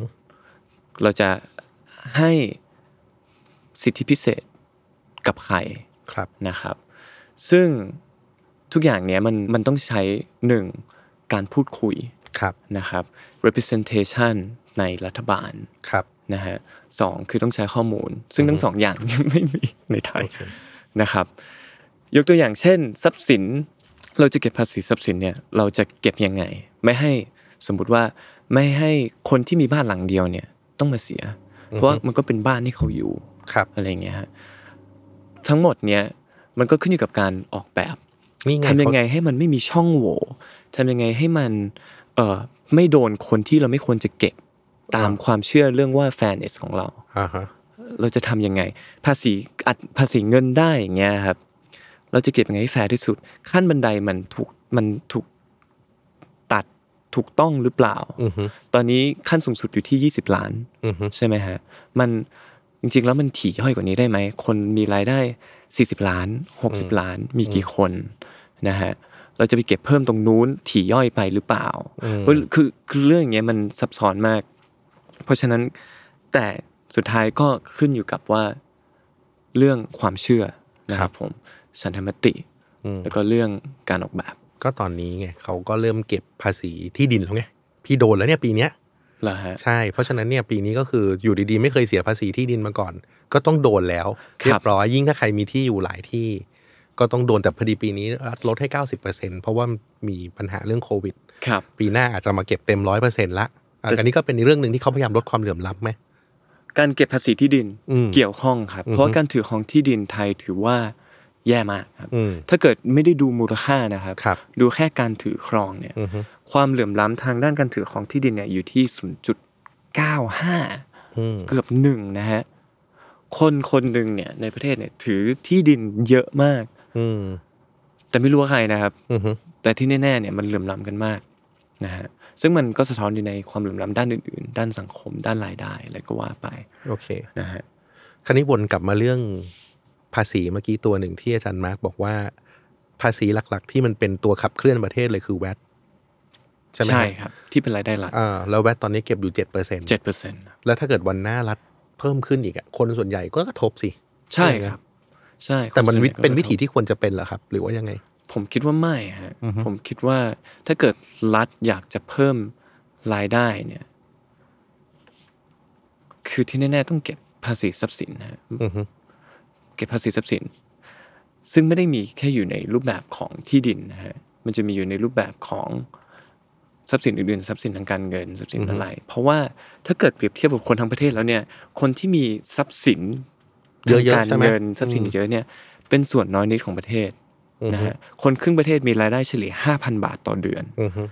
Speaker 3: เราจะให้สิทธิพิเศษกับใคร
Speaker 2: ครับ
Speaker 3: นะครับ ซึ่งทุกอย่างเนี้ยมันมันต้องใช้หนึ่งการพูดคุย
Speaker 2: ครับ
Speaker 3: นะครับ representation ในรัฐบาล
Speaker 2: ครับ
Speaker 3: นะฮะสองคือต้องใช้ข้อมูล ซึ่งทั้งสอง อย่าง ไม่มีในไทยนะครับ ยกตัวอย่างเช่น ทรัพย์สินเราจะเก็บภาษีทรัพย์สินเนี่ยเราจะเก็บยังไง ไม่ให้สมมุติว่าไม่ให้คนที่มีบ้านหลังเดียวเนี่ยต้องมาเสีย เพราะว่ามันก็เป็นบ้านที่เขาอยู่
Speaker 2: ครับ
Speaker 3: อะไรอย่างเงี้ยฮะทั้งหมดเนี้ยมันก็ขึ้นอยู่กับการออกแบบ
Speaker 2: นี่ไง
Speaker 3: ทำยังไง
Speaker 2: เขา
Speaker 3: ให้มันไม่มีช่องโหว่ทำยังไงให้มันเอ่อไม่โดนคนที่เราไม่ควรจะเก็บตามความเชื่อเรื่องว่าแฟนเอสของเรา
Speaker 2: อ่าฮะ
Speaker 3: เราจะทำยังไง ภาษีอัดภาษีเงินได้อย่างเงี้ยครับ เราจะเก็บยังไงให้แฟร์ที่สุด ขั้นบันไดมันถูกมันถูกตัดถูกต้องหรือเปล่า
Speaker 2: อือฮึ
Speaker 3: ตอนนี้ขั้นสูงสุดอยู่ที่ 20 ล้าน
Speaker 2: อือฮึ
Speaker 3: ใช่ไหมฮะ มันจริงๆ แล้วมันถี่ย่อยกว่านี้ได้ไหม คนมีรายได้ 40 ล้าน 60 ล้าน มีกี่คนนะฮะ เราจะไปเก็บเพิ่มตรงนู้นถี่ย่อยไปหรือเปล่าเพราะคือคือเรื่องอย่างเงี้ยมันซับซ้อนมาก เพราะฉะนั้นแต่สุดท้ายก็ขึ้นอยู่กับว่าเรื่องความเชื่อนะครับผมสันธรรมติ แล้วก็เรื่องการออกแบบ
Speaker 2: ก็ตอนนี้ไงเขาก็เริ่มเก็บภาษีที่ดินแล้วไงพี่โดนแล้วเนี่ยปีเนี้ย
Speaker 3: เหรอฮะ
Speaker 2: ใช่ เพราะฉะนั้นเนี่ยปีนี้ก็คืออยู่ดีๆ ไม่เคยเสียภาษีที่ดินมาก่อน ก็ต้องโดนแล้ว
Speaker 3: ครับ
Speaker 2: เรียบร้อยยิ่งถ้าใครมีที่อยู่หลายที่ ก็ต้องโดนแต่พอดีปีนี้รัฐลดให้ 90%เพราะว่ามีปัญหาเรื่องโควิด
Speaker 3: ครับ
Speaker 2: ปีหน้าอาจจะมาเก็บเต็มร้อยเปอร์เซ็นต์ละอะอันนี้ก็เป็นอีกเรื่องหนึ่งที่เขาพยายามลดความเหลื่อมล้ำไหม
Speaker 3: การเก็บภาษีที่ดิน
Speaker 2: อืม
Speaker 3: เกี่ยวข้องครับ เพราะว่าการถือของที่ดินไทยถือว่าแย่มากครับ
Speaker 2: อืม
Speaker 3: ถ้าเกิดไม่ได้ดูมูลค่านะครับ
Speaker 2: ครับ
Speaker 3: ดูแค่การถือครองเนี่ยความเหลื่อมล้ำทางด้านการถือของที่ดินเนี่ยอยู่ที่ 0.95
Speaker 2: อืม
Speaker 3: เกือบหนึ่งนะฮะคนคนหนึ่งเนี่ยในประเทศเนี่ยถือที่ดินเยอะมาก
Speaker 2: อืม
Speaker 3: แต่ไม่รู้ว่าใครนะครับ
Speaker 2: อือฮึ
Speaker 3: แต่ที่แน่ๆเนี่ยมันเหลื่อมล้ำกันมากนะฮะซึ่งมันก็สะท้อนอยู่ในความเหลื่อมล้ำด้านอื่นๆ ด้านสังคม ด้านรายได้อะไรก็ว่าไป
Speaker 2: โอเค
Speaker 3: นะฮะ
Speaker 2: คราวนี้วนกลับมาเรื่องภาษีเมื่อกี้ตัวหนึ่งที่อาจารย์มาร์กบอกว่า ภาษีหลักๆ ที่มันเป็นตัวขับเคลื่อนประเทศเลยคือแวดใช่ไหมครับ
Speaker 3: ครับ ที่เป็นรายได้หลัก
Speaker 2: อ่าแล้วแวดตอนนี้เก็บอยู่เจ็ดเปอร์เซ็นต์
Speaker 3: เจ็ดเปอร์เซ็นต์
Speaker 2: แล้วถ้าเกิดวันหน้ารัฐเพิ่มขึ้นอีกอะคนส่วนใหญ่ก็กระทบสิ
Speaker 3: ใช่ครับ ใช่
Speaker 2: แต่มันวิ
Speaker 3: คส่ใหญ่ก็
Speaker 2: เป็นวิถีที่ควรจะเป็นเหรอครับ หรือว่ายังไง
Speaker 3: ผมคิดว่าไม่ฮะผมคิดว่าถ้าเกิดรัฐอยากจะเพิ่มรายได้เนี่ย คือที่แน่ๆต้องเก็บภาษีทรัพย์สินฮะ
Speaker 2: อือฮึ
Speaker 3: เก็บภาษีทรัพย์สิน ซึ่งไม่ได้มีแค่อยู่ในรูปแบบของที่ดินนะฮะมันจะมีอยู่ในรูปแบบของทรัพย์สินอื่นๆทรัพย์สินทางการเงินทรัพย์สินอะไร เพราะว่าถ้าเกิดเปรียบเทียบกับคนทั้งประเทศแล้วเนี่ย คนที่มีทรัพย์สิน
Speaker 2: เยอะๆ
Speaker 3: ทางการ
Speaker 2: ใช่ไหม
Speaker 3: เงินทรัพย์สินเยอะเนี่ยเป็นส่วนน้อยนิดของประเทศนะฮะคนครึ่งประเทศมีรายได้เฉลี่ย5,000 บาทต่อเดือน
Speaker 2: อือฮึ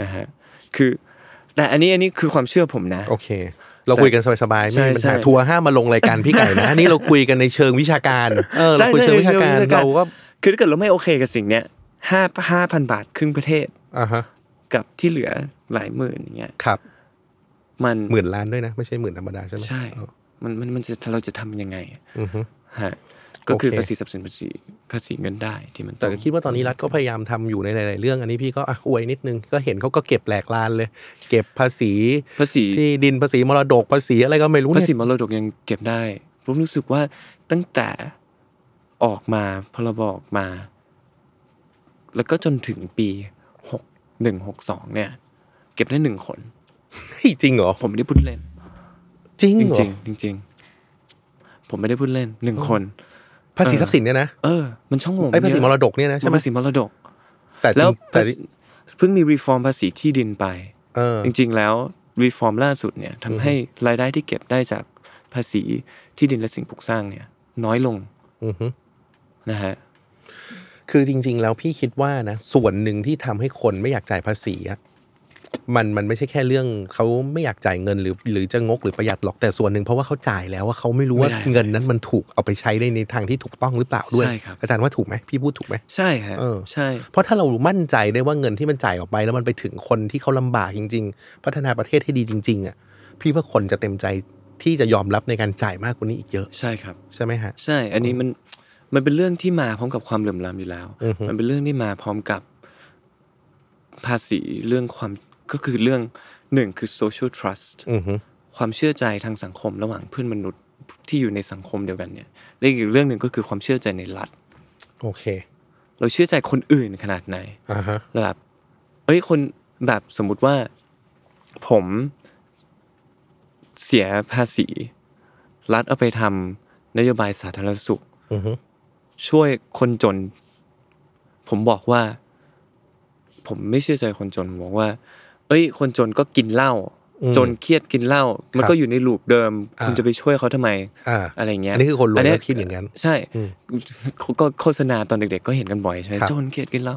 Speaker 3: นะฮะคือแต่อันนี้อันนี้คือความเชื่อผมนะ
Speaker 2: โอเค เราคุยกันสบายๆ ไม่มีปัญ
Speaker 3: ใช่
Speaker 2: หา
Speaker 3: ใช่
Speaker 2: ทัวร์ห้ามมาลงรายการพี่ไก่ นะ อันนี่เราคุยกันในเชิงวิชาการ เออเราคุยเชิงวิชาการ
Speaker 3: ใช่ใช่
Speaker 2: เราก็
Speaker 3: คือถ้าเกิดเราไม่โอเคกับสิ่งเนี้ยห้าห้าพันบาทครึ่งประเทศ
Speaker 2: อ่าฮะ
Speaker 3: กับที่เหลือหลายหมื่นอย่างเงี้ย
Speaker 2: ครับ
Speaker 3: มัน
Speaker 2: หมื่นล้านด้วยนะ ไม่ใช่หมื่นธรรมดาใช่ไหม
Speaker 3: ใช่
Speaker 2: เออ
Speaker 3: มันมันมันจะเราจะทำยังไง
Speaker 2: อือฮึ
Speaker 3: ฮะก็คือ
Speaker 2: โอเค
Speaker 3: ภาษีทรัพย์สินภาษีภาษีเงินได้ที่มันอง
Speaker 2: แต่ก็คิดว่าตอนนี้รัฐก็พยายามทำอยู่ในหลายๆเรื่อง อันนี้พี่ก็อ่ะอวยนิดนึง ก็เห็นเขาก็เก็บแหลกลานเลย เก็บภาษี
Speaker 3: ภาษี
Speaker 2: ที่ดินภาษีมรดกภาษีอะไรก็ไม่รู้
Speaker 3: ภา
Speaker 2: เนี่ย
Speaker 3: ษีมรดกยังเก็บได้ผมรู้สึกว่าตั้งแต่ออกมาพรบออกมา แล้วก็จนถึงปีหกหนึ่งหกสองเนี่ย เก็บได้หนึ่งคน
Speaker 2: จริงเหรอ
Speaker 3: ผมไม่ได้พูดเล่น
Speaker 2: จริง
Speaker 3: จ
Speaker 2: เหรอ
Speaker 3: ริงๆจริงๆผมไม่ได้พูดเล่นหนึ่งคน
Speaker 2: ภาษีทรัพย์สินเนี่ยนะ
Speaker 3: เออ มันช่องโหว่
Speaker 2: ไอ้ยภาษีมร
Speaker 3: เยอะ
Speaker 2: ดกเนี่ยนะใช่ไหม
Speaker 3: ภาษีมรดก
Speaker 2: แต่จริง
Speaker 3: แล้ว
Speaker 2: แต่
Speaker 3: ภาษีเพิ่งมีรีฟอร์มภาษีที่ดินไป
Speaker 2: เออ
Speaker 3: จริงๆแล้วรีฟอร์มล่าสุดเนี่ยทำให้รายได้ที่เก็บได้จากภาษีที่ดินและสิ่งปลูกสร้างเนี่ย น้อยลง
Speaker 2: อือฮึ
Speaker 3: นะฮะ
Speaker 2: คือจริง ๆ แล้วพี่คิดว่านะส่วนหนึ่งที่ทำให้คนไม่อยากจ่ายภาษีอะ มันมันไม่ใช่แค่เรื่องเขาไม่อยากจ่ายเงินหรือ หรือจะงกหรือประหยัดหรอกแต่ส่วนหนึ่งเพราะว่าเขาจ่ายแล้วว่าเขาไม่รู้ว่า
Speaker 3: ไม่ได้
Speaker 2: เงินนั้นมันถูกเอาไปใช้ได้ในทางที่ถูกต้องหรือเปล่าด้วย
Speaker 3: ใช่ครับ
Speaker 2: อาจารย์ว่าถูกไหมพี่พูดถูกไหม
Speaker 3: ใช่ฮะ
Speaker 2: เออ
Speaker 3: ใช่
Speaker 2: เพราะถ้าเรามั่นใจได้ว่าเงินที่มันจ่ายออกไป แล้วมันไปถึงคนที่เขาลำบากจริง ๆ พัฒนาประเทศให้ดีจริง ๆอ่ะพี่ว่าคนจะเต็มใจที่จะยอมรับในการจ่ายมากกว่านี้อีกเยอะ
Speaker 3: ใช่ครับ
Speaker 2: ใช่ไหมฮะ
Speaker 3: ใช่ อันนี้มันมันเป็นเรื่องที่มาพร้อมกับความเหลื่อมล้ำอยู่แล้ว
Speaker 2: อือฮึ
Speaker 3: มันเป็นเรื่องที่มาพร้อมกับภาษีเรื่องความก็คือเรื่องหนึ่งคือ social trust
Speaker 2: อือฮึ
Speaker 3: ความเชื่อใจทางสังคมระหว่างเพื่อนมนุษย์ที่อยู่ในสังคมเดียวกันเนี่ยและอีกเรื่องหนึ่งก็คือความเชื่อใจในรัฐ
Speaker 2: โอเค
Speaker 3: เราเชื่อใจคนอื่นขนาดไหน
Speaker 2: อ่าฮะ
Speaker 3: แบบเอ้ยคนแบบสมมุติว่าผมเสียภาษี รัฐเอาไปทำนโยบายสาธารณสุข
Speaker 2: อือฮึ
Speaker 3: ช่วยคนจน ผมบอกว่า ผมไม่เชื่อใจคนจนผมบอกว่า เอ้ย คนจนก็กินเหล้าจนเครียดกินเหล้ามันก็อยู่ในลูปเดิม คุณจะไปช่วยเขาทำไม
Speaker 2: อ่า
Speaker 3: อะไรเงี้ย
Speaker 2: นนี้คือคนรวย
Speaker 3: เย
Speaker 2: แล้วคิดอย่างนั้น
Speaker 3: ใช่เขาก็โฆษณาตอนเด็กๆ ก็เห็นกันบ่อยใช่ไหม
Speaker 2: ครับ
Speaker 3: โจนเกลียดกินแล้ว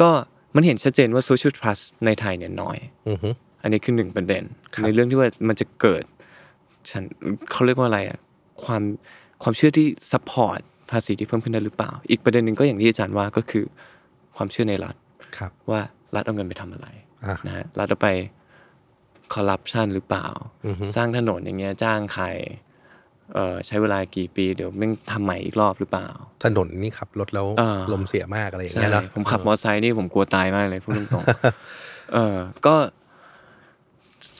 Speaker 3: ก็มันเห็นชัดเจนว่า social trust ในไทยเนี่ยน้อย
Speaker 2: อือฮึ
Speaker 3: อันนี้คือหนึ่งประเด็น ในเรื่องที่ว่ามันจะเกิด ฉันเขาเรียกว่าอะไรอ่ะความความเชื่อที่ support ภาษีที่เพิ่มขึ้นได้หรือเปล่า อีกประเด็นหนึ่งก็อย่างที่อาจารย์ว่าก็คือความเชื่อในรัฐ
Speaker 2: ครับ
Speaker 3: ว่ารัฐเอาเงินไปทำอะไร
Speaker 2: อ่ะ
Speaker 3: นะฮะรัฐเอาไปคอร์รัปชันหรือเปล่า สร้างถนนอย่างเงี้ยจ้างใครเอ่อใช้เวลากี่ปี เดี๋ยวแม่งทำใหม่อีกรอบหรือเปล่า
Speaker 2: ถนนนี่ขับรถแล้ว
Speaker 3: เออ
Speaker 2: ลมเสียมากอะไรอย่าง
Speaker 3: ใช่
Speaker 2: เงี้ยเนาะ
Speaker 3: ผมขับมอไซค์นี่ผมกลัวตายมากเลยพูดตรง ๆ เออก็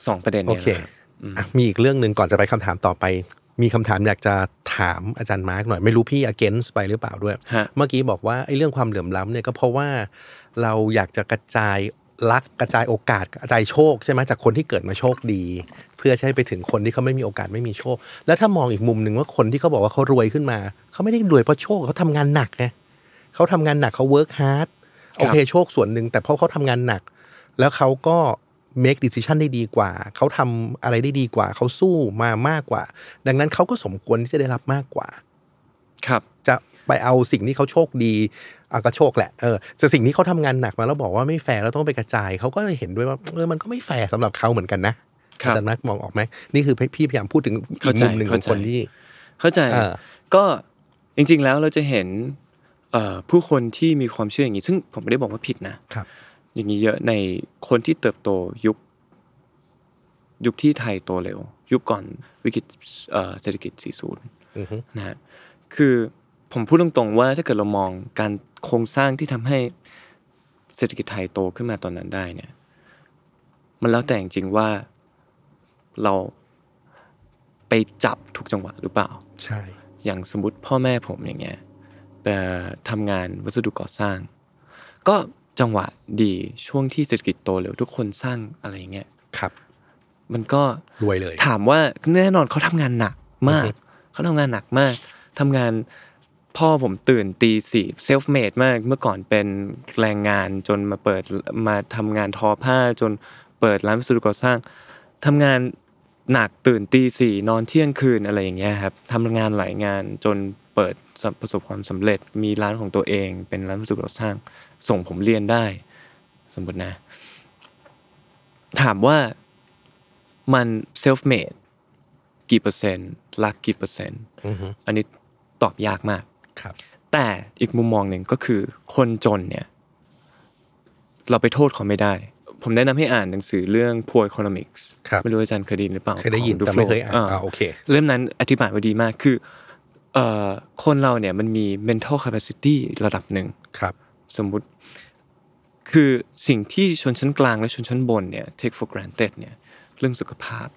Speaker 3: สองประเด็น
Speaker 2: โอ
Speaker 3: เนี่ย
Speaker 2: เค
Speaker 3: นะครับ
Speaker 2: อ่ะมีอีกเรื่องหนึ่งก่อนจะไปคำถามต่อไป มีคำถามอยากจะถามอาจารย์มาร์กหน่อย ไม่รู้พี่ against ไปหรือเปล่าด้วย
Speaker 3: ฮะ
Speaker 2: เมื่อกี้บอกว่าไอ้เรื่องความเหลื่อมล้ำเนี่ยก็เพราะว่าเราอยากจะกระจายรักกระจายโอกาสกระจายโชคใช่ไหมจากคนที่เกิดมาโชคดี เพื่อใช้ไปถึงคนที่เขาไม่มีโอกาสไม่มีโชค แล้วถ้ามองอีกมุมหนึ่งว่าคนที่เขาบอกว่าเขารวยขึ้นมาเขาไม่ได้รวยเพราะโชคเขาทำงานหนักไง เขาทำงานหนักเขา work hard โอเคโชคส่วนหนึ่งแต่เพราะเขาทำงานหนัก แล้วเขาก็ make decision ได้ดีกว่า เขาทำอะไรได้ดีกว่า เขาสู้มามากกว่า ดังนั้นเขาก็สมควรที่จะได้รับมากกว่า
Speaker 3: ครับ
Speaker 2: จะไปเอาสิ่งที่เขาโชคดีอ่ะก็โชคแหละเออแต่สิ่งที่เขาทำงานหนักมาแล้วบอกว่าไม่แฟร์แล้วต้องไปกระจายเขาก็เห็นด้วยว่าเออมันก็ไม่แฟร์สำหรับเขาเหมือนกันนะครับ อาจารย์นักมองออกไหมนี่คือพี่พยายามพูดถึงอีกมุมหนึ่งของ
Speaker 3: เข้าใจ
Speaker 2: คนที่
Speaker 3: เข้าใจ
Speaker 2: อ่า
Speaker 3: ก็จริง ๆ แล้วเราจะเห็นเอ่อผู้คนที่มีความเชื่ออย่างนี้ ซึ่งผมไม่ได้บอกว่าผิดนะ
Speaker 2: ครับ
Speaker 3: อย่างนี้เยอะในคนที่เติบโตยุค ยุคที่ไทยโตเร็ว ยุคก่อนวิกฤตเอ่อเศรษฐกิจ 40 นะฮะคือผมพูดตรงๆว่าถ้าเกิดเรามองการโครงสร้างที่ทำให้เศรษฐกิจไทยโตขึ้นมาตอนนั้นได้เนี่ย มันแล้วแต่จริงๆว่าเราไปจับถูกจังหวะหรือเปล่า
Speaker 2: ใช่
Speaker 3: อย่างสมมติพ่อแม่ผมอย่างเงี้ยเอ่อทำงานวัสดุก่อสร้าง ก็จังหวะดีช่วงที่เศรษฐกิจโตเร็วทุกคนสร้างอะไรอย่างเงี้ย
Speaker 2: ครับ
Speaker 3: มันก็
Speaker 2: รวยเลย
Speaker 3: ถามว่าแน่นอนเขาทำงานหนักมาก เขาทำงานหนักมากทำงานพ่อผมตื่นตีสี่เซลฟ์เมดมากเมื่อก่อนเป็นแรงงานจนมาเปิดมาทำงานทอผ้าจนเปิดร้านวัสดุก่อสร้างทำงานหนักตื่นตีสี่นอนเที่ยงคืนอะไรอย่างเงี้ยครับทำงานหลายงานจนเปิดสำประสบความสำเร็จมีร้านของตัวเอง เป็นร้านวัสดุก่อสร้าง ส่งผมเรียนได้ สมมตินะ ถามว่ามันเซลฟ์เมดกี่เปอร์เซ็นต์รักกี่เปอร์เซ็นต์อันนี้ตอบยากมาก
Speaker 2: ครับ
Speaker 3: แต่อีกมุมมองหนึ่งก็คือคนจนเนี่ย เราไปโทษเขาไม่ได้ ผมแนะนำให้อ่านหนังสือเรื่อง Poor Economics
Speaker 2: ครับ
Speaker 3: ไม่รู้อาจารย์เคยไดีหรือเปล่า
Speaker 2: เคยได้ยิน
Speaker 3: ของ
Speaker 2: แต่ไม่เคย
Speaker 3: Duflo
Speaker 2: อ่านอ่าโอเค
Speaker 3: เล่มนั้นอธิบายไว้ดีมากคือเอ่อคนเราเนี่ยมันมี mental capacity ระดับหนึ่ง
Speaker 2: ครับ
Speaker 3: สมมุติคือสิ่งที่ชนชั้นกลางและชนชั้นบนเนี่ย take for granted เนี่ยเรื่องสุขภาพ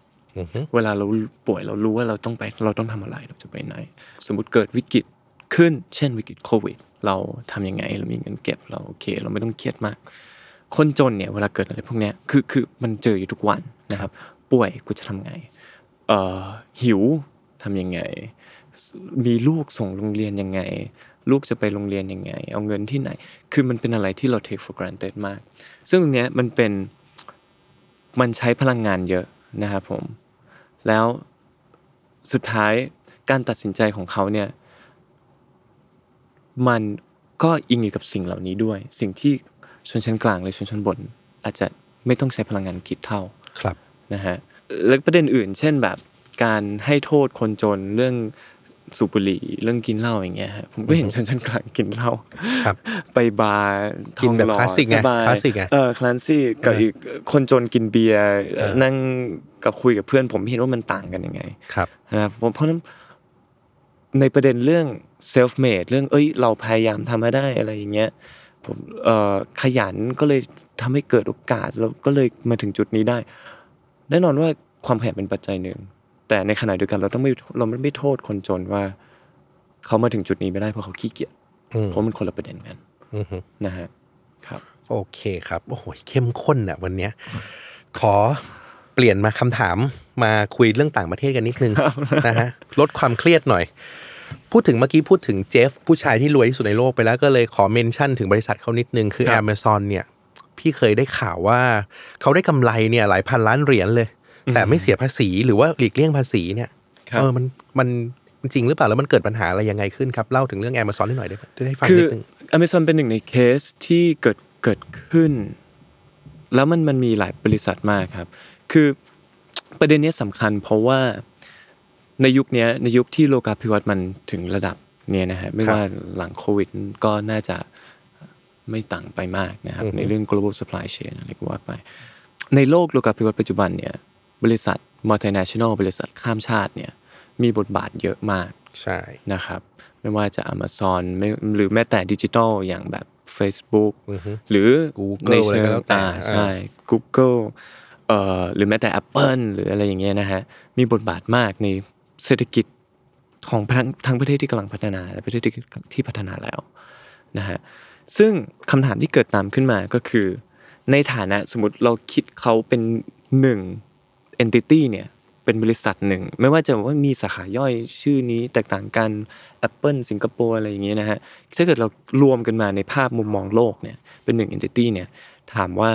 Speaker 3: เวลาเราป่วยเรารู้ว่าเราต้องไปเราต้องทำอะไรเราจะไปไหน สมมติเกิดวิกฤตขึ้น เช่นวิกฤตโควิด เราทำยังไง เรามีเงินเก็บเราโอเค เราไม่ต้องเครียดมาก คนจนเนี่ยเวลาเกิดอะไรพวกเนี้ยคือคือมันเจออยู่ทุกวันนะครับ ป่วยกูจะทำไงเอ่อหิวทำยังไง มีลูกส่งโรงเรียนยังไง ลูกจะไปโรงเรียนยังไง เอาเงินที่ไหน คือมันเป็นอะไรที่เรา take for granted มาก ซึ่งตรงเนี้ยมันเป็นมันใช้พลังงานเยอะนะครับผม แล้วสุดท้ายการตัดสินใจของเขาเนี่ย มันก็อิงอยู่กับสิ่งเหล่านี้ด้วย สิ่งที่ชนชั้นกลางหรือชนชั้นบน อาจจะ ไม่ต้องใช้พลังงานกี่เท่า
Speaker 2: ครับ
Speaker 3: นะฮะแล้วประเด็นอื่น เช่นแบบการให้โทษคนจนเรื่องสูบบุหรี่เรื่องกินเหล้าอย่างเงี้ยฮะผมก็เห็นชนชั้นกลางกินเหล้า
Speaker 2: ครับ
Speaker 3: ไปบาร์
Speaker 2: กินแบบ
Speaker 3: ทองห
Speaker 2: คลาสสิกไง
Speaker 3: สบย
Speaker 2: คลาสสิกไง
Speaker 3: เออคลาสสิกกับ
Speaker 2: เอออี
Speaker 3: อีกคนจนกินเบียร์
Speaker 2: เออ
Speaker 3: นั่งกับคุยกับเพื่อน ผมเห็นว่ามันต่างกันยังไง
Speaker 2: ครับ
Speaker 3: นะครับผมเพราะฉะนั้นในประเด็นเรื่อง self made เรื่องเอ้ยเราพยายามทำมาได้อะไรอย่างเงี้ยผมเอ่อขยันก็เลยทำให้เกิดโอกาสแล้วก็เลยมาถึงจุดนี้ได้ แน่นอนว่าความขยันเป็นปัจจัยหนึ่ง แต่ในขณะเดียวกันเราต้องไม่เราไม่โทษคนจนว่า เขามาถึงจุดนี้ไม่ได้เพราะเขาขี้เกียจ
Speaker 2: อืม
Speaker 3: เพราะมันคนละประเด็นกัน
Speaker 2: อือฮึ
Speaker 3: นะฮะครับ
Speaker 2: โอเคครับ โอ้โห เข้มข้นอ่ะวันเนี้ย ขอเปลี่ยนมาคำถามมาคุยเรื่องต่างประเทศกันนิดนึงนะฮะ ลดความเครียดหน่อย พูดถึงเมื่อกี้พูดถึงเจฟ ผู้ชายที่รวยที่สุดในโลกไปแล้วก็เลยขอเมนชั่นถึงบริษัทเขานิดนึง คือ
Speaker 3: ครับ
Speaker 2: Amazon เนี่ย พี่เคยได้ข่าวว่า เขาได้กำไรเนี่ยหลายพันล้านเหรียญเลย แต่ไม่เสียภาษีหรือว่าหลีกเลี่ยงภาษีเนี่ย
Speaker 3: ครับ
Speaker 2: เออมันมันมันจริงหรือเปล่าแล้วมันเกิดปัญหาอะไรยังไงขึ้นครับเล่าถึงเรื่อง Amazon นิดหน่อยได้ไหมได้ฟัง
Speaker 3: คือ
Speaker 2: นิดนึง
Speaker 3: อเมซอนเป็นหนึ่งในเคสที่เกิดเกิดขึ้น แล้วมันมันมีหลายบริษัทมากครับ คือประเด็นเนี้ยสำคัญเพราะว่าในยุคเนี้ยในยุคที่โลกาภิวัตน์มันถึงระดับเนี้ยนะฮะไม่
Speaker 2: ครับ
Speaker 3: ว่าหลังโควิดก็น่าจะไม่ต่างไปมากนะครับ
Speaker 2: อือฮึ
Speaker 3: ในเรื่อง global supply chain อะไรก็ว่าไป ในโลกโลกาภิวัตน์ปัจจุบันเนี่ยบริษัท multinational บริษัทข้ามชาติเนี่ยมีบทบาทเยอะมาก
Speaker 2: ใช่
Speaker 3: นะครับไม่ว่าจะ Amazon ไม่หรือแม้แต่ดิจิทัลอย่างแบบ Facebook หรือ
Speaker 2: Google
Speaker 3: ในเชิ
Speaker 2: อะไรก็
Speaker 3: ง
Speaker 2: แล้วแต่
Speaker 3: อ่า
Speaker 2: อ่า
Speaker 3: ใช่ Google เอ่อหรือแม้แต่ Apple หรืออะไรอย่างเงี้ยนะฮะมีบทบาทมากในเศรษฐกิจของทั้งทั้งประเทศที่กำลังพัฒนา และประเทศที่ที่พัฒนาแล้วนะฮะซึ่งคำถามที่เกิดตามขึ้นมาก็คือ ในฐานะสมมติเราคิดเขาเป็นหนึ่ง entity เนี่ยเป็นบริษัทหนึ่ง ไม่ว่าจะว่ามีสาขาย่อยชื่อนี้แตกต่างกัน Apple สิงคโปร์อะไรอย่างเงี้ยนะฮะถ้าเกิดเรารวมกันมาในภาพมุมมองโลกเนี่ยเป็นหนึ่ง entity เนี่ยถามว่า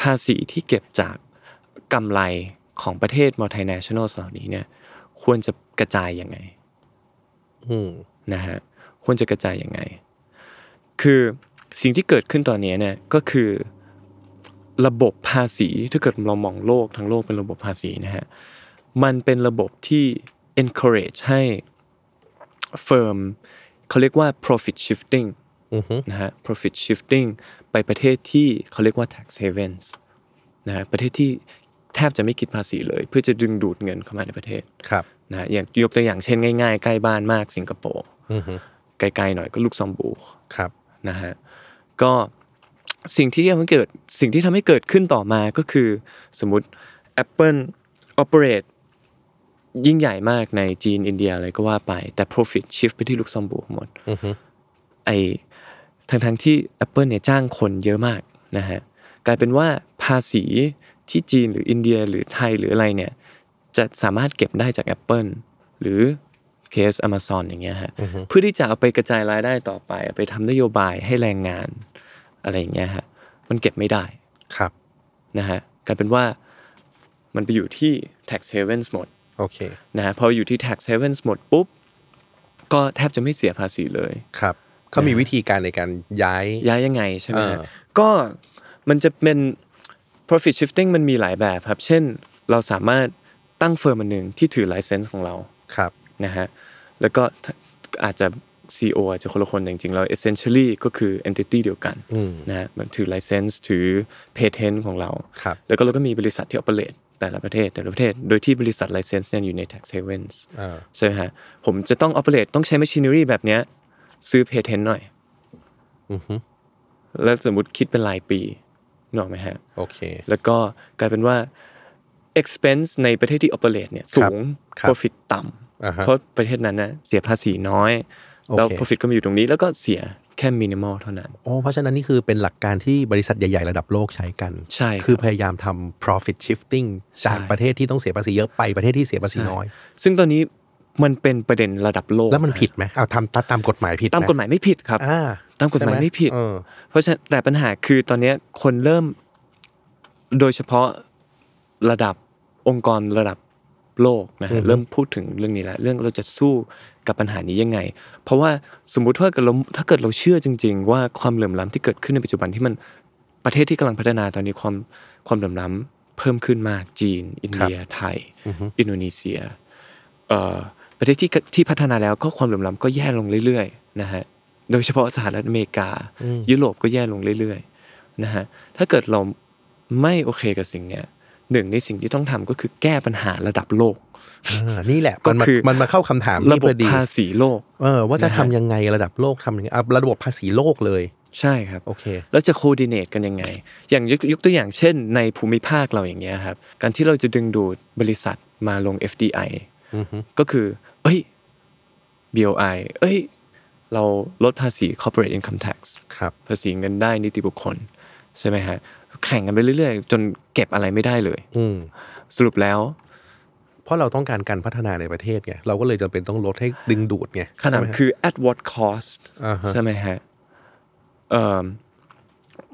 Speaker 3: ภาษีที่เก็บจากกำไรของประเทศ multinational เหล่านี้เนี่ยควรจะกระจายยังไง
Speaker 2: อืม
Speaker 3: นะฮะควรจะกระจายยังไง คือสิ่งที่เกิดขึ้นตอนนี้เนี่ยก็คือระบบภาษีถ้าเกิดเรามองโลกทั้งโลกเป็นระบบภาษีนะฮะมันเป็นระบบที่ encourage ให้ firm เขาเรียกว่า profit shifting นะฮะ profit shifting ไปประเทศที่เขาเรียกว่า tax havens นะฮะประเทศที่แทบจะไม่คิดภาษีเลย เพื่อจะดึงดูดเงินเข้ามาในประเทศ
Speaker 2: ครับ
Speaker 3: นะอย่างยกตัวอย่างเช่นง่ายๆ ใกล้บ้านมากสิงคโปร์ไกลๆหน่อยก็ลุกซอมบูร์
Speaker 2: ครับ
Speaker 3: นะฮะก็สิ่งที่ทำให้เกิดสิ่งที่ทำให้เกิดขึ้นต่อมาก็คือ สมมติ Apple operate ยิ่งใหญ่มากในจีนอินเดียอะไรก็ว่าไป แต่ profit shift ไปที่ลุกซอมบูร์หมดไอทั้งทั้งๆที่ Apple เนี่ยจ้างคนเยอะมากนะฮะกลายเป็นว่าภาษีที่จีนหรืออินเดียหรือไทยหรืออะไรเนี่ย จะสามารถเก็บได้จาก Apple หรือเคส Amazon อย่างเงี้ยฮะเพื่อที่จะเอาไปกระจายรายได้ต่อไปเอาไปทำนโยบายให้แรงงานอะไรอย่างเงี้ยฮะมันเก็บไม่ได้
Speaker 2: ครับ
Speaker 3: นะฮะกลายเป็นว่ามันไปอยู่ที่ tax havens หมด
Speaker 2: โอเค
Speaker 3: นะฮะพออยู่ที่ tax havens หมดปุ๊บ ก็แทบจะไม่เสียภาษีเลย
Speaker 2: ครับ เขามีวิธีการในการย้าย
Speaker 3: ย้ายยังไงใช่ไหมฮะ
Speaker 2: อ่า
Speaker 3: ก็มันจะเป็น profit shifting มันมีหลายแบบครับ เช่นเราสามารถตั้งเฟิร์มอันหนึ่งที่ถือ license ของเรา
Speaker 2: ครับ
Speaker 3: นะฮะแล้วก็ถ้าอาจจะ CEO อาจจะคนละคนแต่จริงๆแล้ว essentially ก็คือ entity เดียวกันนะฮะมันถือ license ถือ patent ของเรา
Speaker 2: ครับ
Speaker 3: แล้วก็เราก็มีบริษัทที่ operate แต่ละประเทศแต่ละประเทศ โดยที่บริษัท license เนี่ยอยู่ใน tax havens
Speaker 2: อ่า
Speaker 3: ใช่ไหมฮะผมจะต้อง operate ต้องใช้ machinery แบบเนี้ยซื้อ patent หน่อย แล้วสมมติคิดเป็นรายปีนึกออกไหมฮะ
Speaker 2: โอเค
Speaker 3: แล้วก็กลายเป็นว่า expense ในประเทศที่ operate เนี่ยสูง
Speaker 2: ครับ
Speaker 3: profit ต่
Speaker 2: อ่าฮะ
Speaker 3: ำเพราะประเทศนั้นนะเสียภาษีน้อย แล้ว
Speaker 2: โอเค
Speaker 3: profit ก็มาอยู่ตรงนี้ แล้วก็เสียแค่ minimal เท่านั้น
Speaker 2: โอ้เพราะฉะนั้นนี่คือเป็นหลักการที่บริษัทใหญ่ ๆ ระดับโลกใช้กัน
Speaker 3: ใช่ครับ
Speaker 2: คือพยายามทำ profit shifting จาก
Speaker 3: ใช่
Speaker 2: ประเทศที่ต้องเสียภาษีเยอะไปประเทศที่เสียภาษีน้อย
Speaker 3: ซึ่งตอนนี้มันเป็นประเด็นระดับโลก
Speaker 2: แล้วมันผิด
Speaker 3: ะฮ
Speaker 2: ไหมเอาทำตามตามกฎหมายผิด
Speaker 3: ะตามกฎหมายไม่ผิดครับ
Speaker 2: อ่า
Speaker 3: ตามกฎหมาย
Speaker 2: ใช่
Speaker 3: ไม่ผิด
Speaker 2: เออ
Speaker 3: เพราะฉะนั้นแต่ปัญหาคือตอนเนี้ยคนเริ่มโดยเฉพาะระดับองค์กรระดับโลกนะฮะเริ่มพูดถึงเรื่องนี้แล้วเรื่องเราจะสู้กับปัญหานี้ยังไง เพราะว่าสมมุติว่าเกิดเราถ้าเกิดเราเชื่อจริง ๆ ว่าความเหลื่อมล้ำที่เกิดขึ้นในปัจจุบันที่มัน ประเทศที่กำลังพัฒนาตอนนี้ความความเหลื่อมล้ำเพิ่มขึ้นมากจีน อินเดียไทย อินโดนีเซียเอ่อประเทศที่ที่พัฒนาแล้วก็ความเหลื่อมล้ำก็แย่ลงเรื่อยๆนะฮะโดยเฉพาะสหรัฐอเมริกา ยุโรปก็แย่ลงเรื่อยๆนะฮะถ้าเกิดเราไม่โอเคกับสิ่งเนี้ยหนึ่งในสิ่งที่ต้องทำก็คือแก้ปัญหาระดับโลก
Speaker 2: อ่านี่แหละ
Speaker 3: ก็
Speaker 2: มันมา
Speaker 3: คือ
Speaker 2: มันมาเข้าคำถาม
Speaker 3: ระ
Speaker 2: นี่
Speaker 3: บ
Speaker 2: พ
Speaker 3: บ
Speaker 2: อดี
Speaker 3: ภาษีโลก
Speaker 2: เออว่าจะ
Speaker 3: นะฮะ
Speaker 2: ทำยังไงระดับโลกทำยังไงอ่ะระบบภาษีโลกเลย
Speaker 3: ใช่ครับ
Speaker 2: โอเค
Speaker 3: แล้วจะโคดิเนตกันยังไง อย่างยกยกตัวอย่างเช่น ในภูมิภาคเราอย่างเงี้ยครับ การที่เราจะดึงดูดบริษัทมาลง FDI ก็คือ เอ้ย BOI เอ้ย เราลดภาษี corporate income tax
Speaker 2: ครับ
Speaker 3: ภาษีเงินได้นิติบุคคล ใช่ไหมฮะ แข่งกันไปเรื่อยๆ จนเก็บอะไรไม่ได้เลย
Speaker 2: อืม
Speaker 3: สรุปแล้ว
Speaker 2: เพราะเราต้องการการพัฒนาในประเทศไงเราก็เลยจำเป็นต้องลดให้ดึงดูดไง
Speaker 3: ขนาดคือ at what cost
Speaker 2: อ่าฮะ
Speaker 3: ใช่ไหมฮะเอิ่ม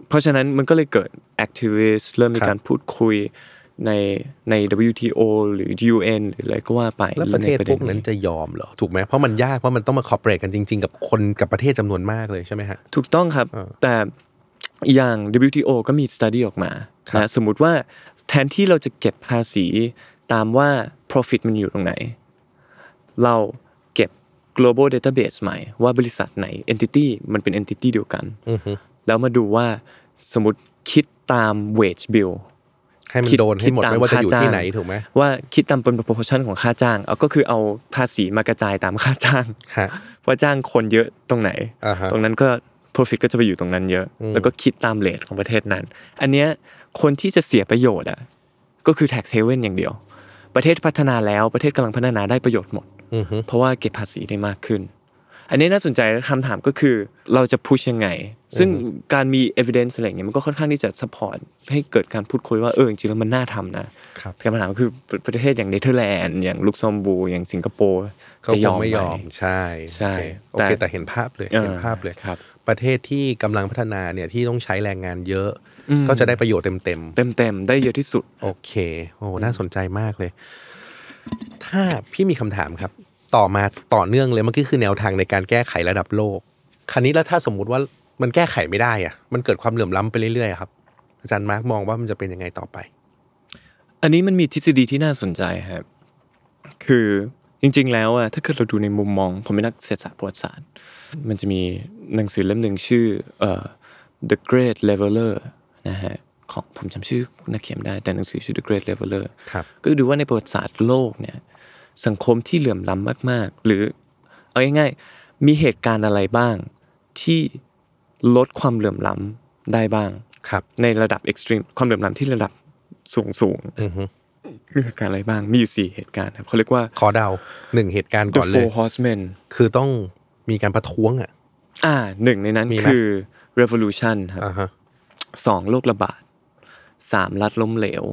Speaker 3: เพราะฉะนั้นมันก็เลยเกิด activist เริ่มมีการพูดคุยในใน WTO หรือ UN หรืออะไรก็ว่าไป
Speaker 2: แล้วประเทศ
Speaker 3: ใ
Speaker 2: พวกนั้นจะยอมเหรอ ถูกไหมเพราะมันยากเพราะมันต้องมาคอ p เปร e กันจริง ๆ กับคนกับประเทศจำนวนมากเลยใช่ไหมฮะ
Speaker 3: ถูกต้องครับ แต่อย่าง WTO ก็มี study ออกมา
Speaker 2: ครับ
Speaker 3: นะสมมุติว่าแทนที่เราจะเก็บภาษีตามว่า profit มันอยู่ตรงไหน เราเก็บ global database ใหม่ ว่าบริษัทไหน entity มันเป็น entity เดียวกัน แล้วมาดูว่าสมมติคิดตาม wage bill
Speaker 2: ให้มัน
Speaker 3: คิ
Speaker 2: โดนให้หมด
Speaker 3: คิต
Speaker 2: ไม่ว่าจะอยู่
Speaker 3: ค่
Speaker 2: ที่
Speaker 3: ง
Speaker 2: ไหนถูกไหม
Speaker 3: ว่าคิดตามเป็น proportion ของค่าจ้างเอาก็คือเอาภาษีมากระจายตามค่าจ้าง
Speaker 2: ฮะ
Speaker 3: ว่าจ้างคนเยอะตรงไหน
Speaker 2: อ่าฮะ
Speaker 3: ตรงนั้นก็ profit ก็จะไปอยู่ตรงนั้นเยอะ แล้วก็คิดตามเลทของประเทศนั้น อันเนี้ยคนที่จะเสียประโยชน์อ่ะก็คือ tax haven อย่างเดียว ประเทศพัฒนาแล้วประเทศกำลังพัฒนาได้ประโยชน์หมด เพราะว่าเก็บภาษีได้มากขึ้น อันนี้น่าสนใจคำถามก็คือเราจะพุชยังไง ซึ่งการมี evidence อะไรอย่างเงี้ยมันก็ค่อนข้างที่จะ support ให้เกิดการพูดคุยว่าเออจริงๆแล้วมันน่าทำนะครับ แต่คำถามก็คือประเทศอย่างเนเธอร์แลนด์อย่างลุกเซมบูร์อย่างสิงคโปร์
Speaker 2: เขา
Speaker 3: จะ
Speaker 2: ค
Speaker 3: ยอง ม
Speaker 2: ไม่ยอม
Speaker 3: ไห
Speaker 2: ใช่
Speaker 3: ใช่
Speaker 2: โอเคโอเค
Speaker 3: แต่
Speaker 2: แต่เห็นภาพเลย
Speaker 3: เออ
Speaker 2: เห็นภาพเลย
Speaker 3: ครับ
Speaker 2: ประเทศที่กำลังพัฒนาเนี่ยที่ต้องใช้แรงงานเยอะ ก็จะได้ประโยชน์เต็ม
Speaker 3: เต็มเต็มๆ ได้เยอะที่สุด
Speaker 2: ๆ โอเค โอ้น่าสนใจมากเลย ถ้าพี่มีคำถามครับ ต่อมาต่อเนื่องเลยเมื่อกี้คือแนวทางในการแก้ไขระดับโลก คราวนี้แล้วถ้าสมมุติว่ามันแก้ไขไม่ได้อะมันเกิดความเหลื่อมล้ำไปเรื่อยๆอะครับ อาจารย์มาร์กมองว่ามันจะเป็นยังไงต่อไป
Speaker 3: อันนี้มันมีทฤษฎีที่น่าสนใจครับ คือจริง ๆ แล้วอะถ้าเกิดเราดูในมุมมอง ผมเป็นนักเศรษฐศาสตร์ประวัติศาสตร์ มันจะมีหนังสือเล่มหนึ่งชื่อเอ่อ The Great Leveler นะฮะของผมจำชื่อนักเขียนไม่ได้ แต่หนังสือชื่อ The Great Leveler
Speaker 2: ครับ
Speaker 3: ก็ดูว่าในประวัติศาสตร์โลกเนี่ย สังคมที่เหลื่อมล้ำมาก ๆ หรือเอาง่ายๆมีเหตุการณ์อะไรบ้างที่ลดความเหลื่อมล้ำได้บ้าง
Speaker 2: ครับ
Speaker 3: ในระดับเอ็กซ์ตรีมความเหลื่อมล้ำที่ระดับสูงสูงๆมีเหตุการณ์อะไรบ้าง มีอยู่สี่เหตุการณ์ครับเขาเรียกว่า
Speaker 2: ขอเดาหนึ่งเหตุการณ์ก่
Speaker 3: the
Speaker 2: อนเลย
Speaker 3: four horsemen
Speaker 2: คือต้องมีการประท้วงอ่ะ
Speaker 3: อ่าหนึ่งในนั้น
Speaker 2: มีไหม
Speaker 3: คือ revolution ครับ
Speaker 2: อ่าฮะ
Speaker 3: สองโรคระบาดสามรัฐล้มเหลว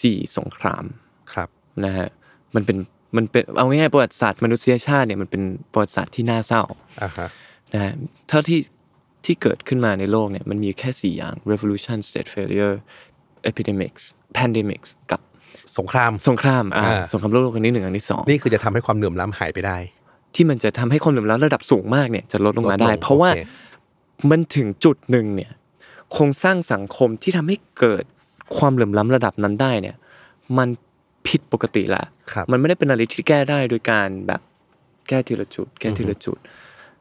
Speaker 3: สี่สงคราม
Speaker 2: ครับ
Speaker 3: นะฮะมันเป็นมันเป็นเอาง่ายๆประวัติศาสตร์มนุษยชาติเนี่ยมันเป็นประวัติศาสตร์ที่น่าเศร้า
Speaker 2: อ่าฮะ
Speaker 3: นะฮะเท่าที่ที่เกิดขึ้นมาในโลกเนี่ยมันมีแค่ 4 อย่าง revolution state failure epidemics pandemics กับ
Speaker 2: สงคราม
Speaker 3: สงครามอ่า
Speaker 2: อ่า
Speaker 3: สงครามโลกครั้งที่หนึ่งครั้งที่สอง
Speaker 2: นี่คือจะทำให้ความเหลื่อมล้ำหายไปได้
Speaker 3: ที่มันจะทำให้ความเหลื่อมล้ำระดับสูงมากเนี่ยจะลดลงมาได้
Speaker 2: ลดลง
Speaker 3: เพราะว่า
Speaker 2: โอเค
Speaker 3: มันถึงจุดหนึ่งเนี่ยโครงสร้างสังคมที่ทำให้เกิดความเหลื่อมล้ำระดับนั้นได้เนี่ยมันผิดปกติละ
Speaker 2: ครับ
Speaker 3: มันไม่ได้เป็นอะไรที่แก้ได้โดยการแบบแก้ทีละจุด แก้ทีละจุด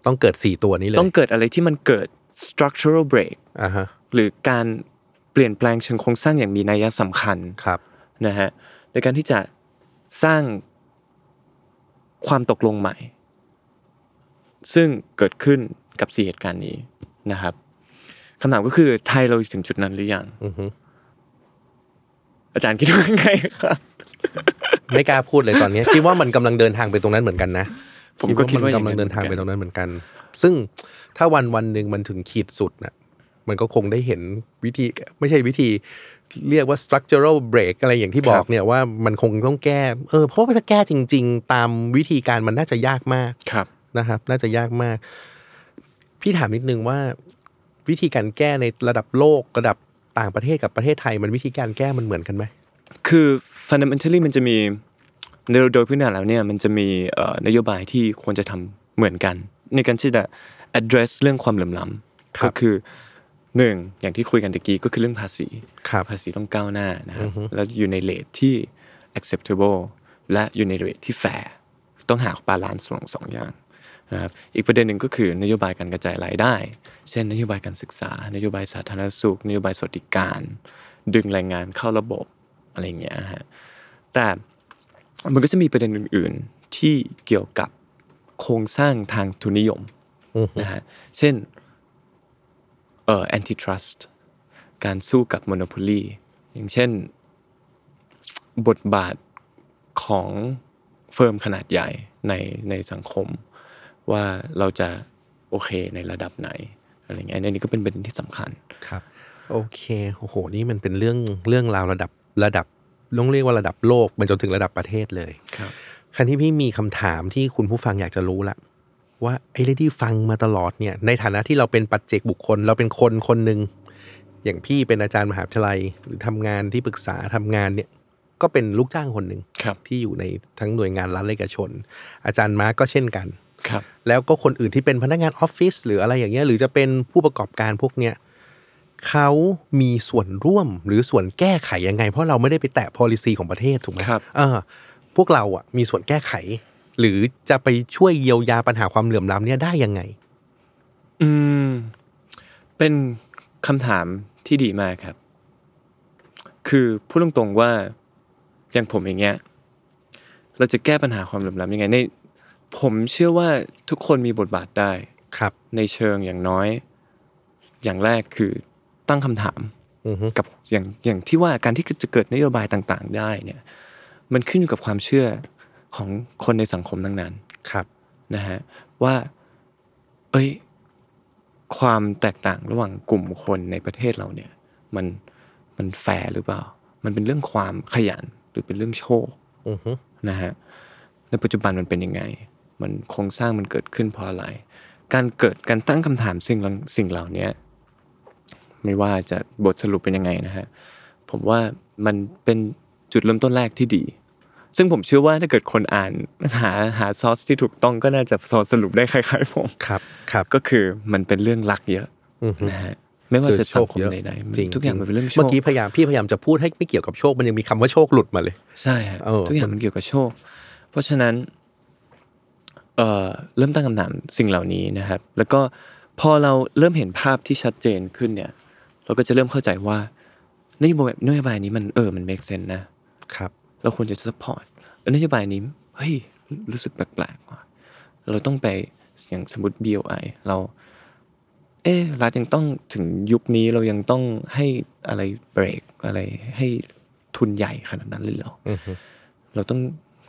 Speaker 2: ต้องเกิดสี่ตัวนี้เลย
Speaker 3: ต้องเกิดอะไรที่มันเกิด structural break
Speaker 2: อ่าฮะ
Speaker 3: หรือการเปลี่ยนแปลงเชิงโครงสร้างอย่างมีนัยสำคัญ
Speaker 2: ครับ
Speaker 3: นะฮะในการที่จะสร้างความตกลงใหม่ ซึ่งเกิดขึ้นกับสี่เหตุการณ์นี้นะครับคำถามก็คือไทยเราถึงจุดนั้นหรือยังอาจารย์คิดว่าไงครับ
Speaker 2: ไม่กล้าพูดเลยตอนนี้ คิดว่ามันกำลังเดินทางไปตรงนั้นเหมือนกันนะ
Speaker 3: ผมก็คิดว่าอย่าง
Speaker 2: กำลั
Speaker 3: นั้
Speaker 2: ง
Speaker 3: น
Speaker 2: เดินทางไปตรงนั้นเหมือนกัน ซึ่งถ้าวันวันหนึ่งมันถึงขีดสุดน่ะมันก็คงได้เห็นวิธีไม่ใช่วิธี เรียกว่า structural break อะไรอย่างที่บอกเนี่ยว่ามันคงต้องแก้เออเพราะว่าจะแก้จริง ๆ ตามวิธีการมันน่าจะยากมาก
Speaker 3: ครับ
Speaker 2: นะครับน่าจะยากมาก พี่ถามนิดนึงว่าวิธีการแก้ในระดับโลกระดับต่างประเทศกับประเทศไทย มันวิธีการแก้มันเหมือนกันไหม
Speaker 3: คือ fundamentally มันจะมีในโดยพื้นฐานแล้วเนี่ยมันจะมีเอ่อนโยบายที่ควรจะทำเหมือนกัน ในการที่จะ address เรื่องความเหลื่อมล้ำ
Speaker 2: ครับ
Speaker 3: ก็คือ หนึ่งอย่างที่คุยกันตะกี้ก็คือเรื่องภาษี
Speaker 2: ครับ
Speaker 3: ภาษีต้องก้าวหน้านะครับแล้วอยู่ในเลทที่ acceptable และอยู่ในเลทที่ fair ต้องหาบาลานซ์ระหว่างสองอย่างนะครับอีกประเด็นหนึ่งก็คือนโยบายการกระจายรายได้ เช่น นโยบายการศึกษา นโยบายสาธารณสุข นโยบายสวัสดิการ ดึงแรงงานเข้าระบบอะไรอย่างเงี้ยฮะแต่มันก็จะมีประเด็นอื่น ๆ ที่เกี่ยวกับโครงสร้างทางทุนนิยมนะฮะเช่นเอ่อ antitrust การสู้กับ Monopoly อย่างเช่น บทบาทของเฟิร์มขนาดใหญ่ในในสังคม ว่าเราจะโอเคในระดับไหนอะไรเงี้ยอันนี้ก็เป็นประเด็นที่สำคัญ
Speaker 2: ครับ โอเคโอ้โหนี่มันเป็นเรื่องเรื่องราวระดับระดับต้องเรียกว่าระดับโลกไปจนถึงระดับประเทศเลย
Speaker 3: ครับ
Speaker 2: คันที่พี่มีคำถามที่คุณผู้ฟังอยากจะรู้ละว่าไอ้เรื่องที่ฟังมาตลอดเนี่ย ในฐานะที่เราเป็นปัจเจกบุคคล เราเป็นคนคนหนึ่งอย่างพี่เป็นอาจารย์มหาวิทยาลัย หรือทำงานที่ปรึกษาทำงานเนี่ย ก็เป็นลูกจ้างคนหนึ่ง
Speaker 3: ครับ
Speaker 2: ที่อยู่ในทั้งหน่วยงานรัฐและเอกชน อาจารย์มาร์กก็เช่นกัน
Speaker 3: ครับ
Speaker 2: แล้วก็คนอื่นที่เป็นพนักงานออฟฟิศหรืออะไรอย่างเงี้ยหรือจะเป็นผู้ประกอบการพวกเนี้ยเขามีส่วนร่วมหรือส่วนแก้ไขยังไง เพราะเราไม่ได้ไปแตะ policy ของประเทศถูกไหม
Speaker 3: ครับ
Speaker 2: เออพวกเราอ่ะมีส่วนแก้ไข หรือจะไปช่วยเยียวยาปัญหาความเหลื่อมล้ำเนี่ยได้ยังไง
Speaker 3: อืม เป็นคำถามที่ดีมากครับ คือพูดตรงๆว่าอย่างผมอย่างเงี้ย เราจะแก้ปัญหาความเหลื่อมล้ำยังไงในผมเชื่อว่าทุกคนมีบทบาทได้
Speaker 2: ครับ
Speaker 3: ในเชิงอย่างน้อย อย่างแรกคือตั้งคำถาม
Speaker 2: อือฮึ
Speaker 3: กับอย่างอย่างที่ว่าการที่จะเกิดนโยบายต่างๆ ได้เนี่ยมันขึ้นอยู่กับความเชื่อของคนในสังคมทั้งนั้น
Speaker 2: ครับ
Speaker 3: นะฮะว่า เอ้ย ความแตกต่างระหว่างกลุ่มคนในประเทศเราเนี่ย มันมันแฟร์หรือเปล่า มันเป็นเรื่องความขยันหรือเป็นเรื่องโชค
Speaker 2: อือฮึ
Speaker 3: นะฮะในปัจจุบันมันเป็นยังไง มันโครงสร้างมันเกิดขึ้นเพราะอะไร การเกิดการตั้งคำถามสิ่งเหล่าสิ่งเหล่าเนี้ยไม่ว่าจะบทสรุปเป็นยังไงนะฮะผมว่ามันเป็นจุดเริ่มต้นแรกที่ดี ซึ่งผมเชื่อว่าถ้าเกิดคนอ่าน หาหาซอสที่ถูกต้องก็น่าจะสรุปได้คล้ายๆผม
Speaker 2: ครับครับ
Speaker 3: ก็คือมันเป็นเรื่องรักเยอะนะฮะไม่ว่าจะสังคมใด
Speaker 2: จริ
Speaker 3: ๆทุกอย่างมันเป็นเรื่องโชค
Speaker 2: เมื่อกี้พยายามพี่พยายามจะพูดให้ไม่เกี่ยวกับโชคมันยังมีคำว่าโชคหลุดมาเลย
Speaker 3: ใช่ฮะ
Speaker 2: เออ
Speaker 3: ทุกอย่างมันเกี่ยวกับโชค เพราะฉะนั้นเอ่อเริ่มตั้งคำถามสิ่งเหล่านี้นะครับ แล้วก็พอเราเริ่มเห็นภาพที่ชัดเจนขึ้นเนี่ย เราก็จะเริ่มเข้าใจว่านโยบายนโยบายนี้มันเออมัน make sense นะ
Speaker 2: ครับ
Speaker 3: เราควรจะ support นโยบายนี้เฮ้ยรู้สึกแปลกๆว่ะเราต้องไปอย่างสมมติ BOI เรา เอ๊ะรัฐยังต้องถึงยุคนี้เรายังต้องให้อะไรเบรกอะไรให้ทุนใหญ่ขนาดนั้นเลยเหรออเราต้อง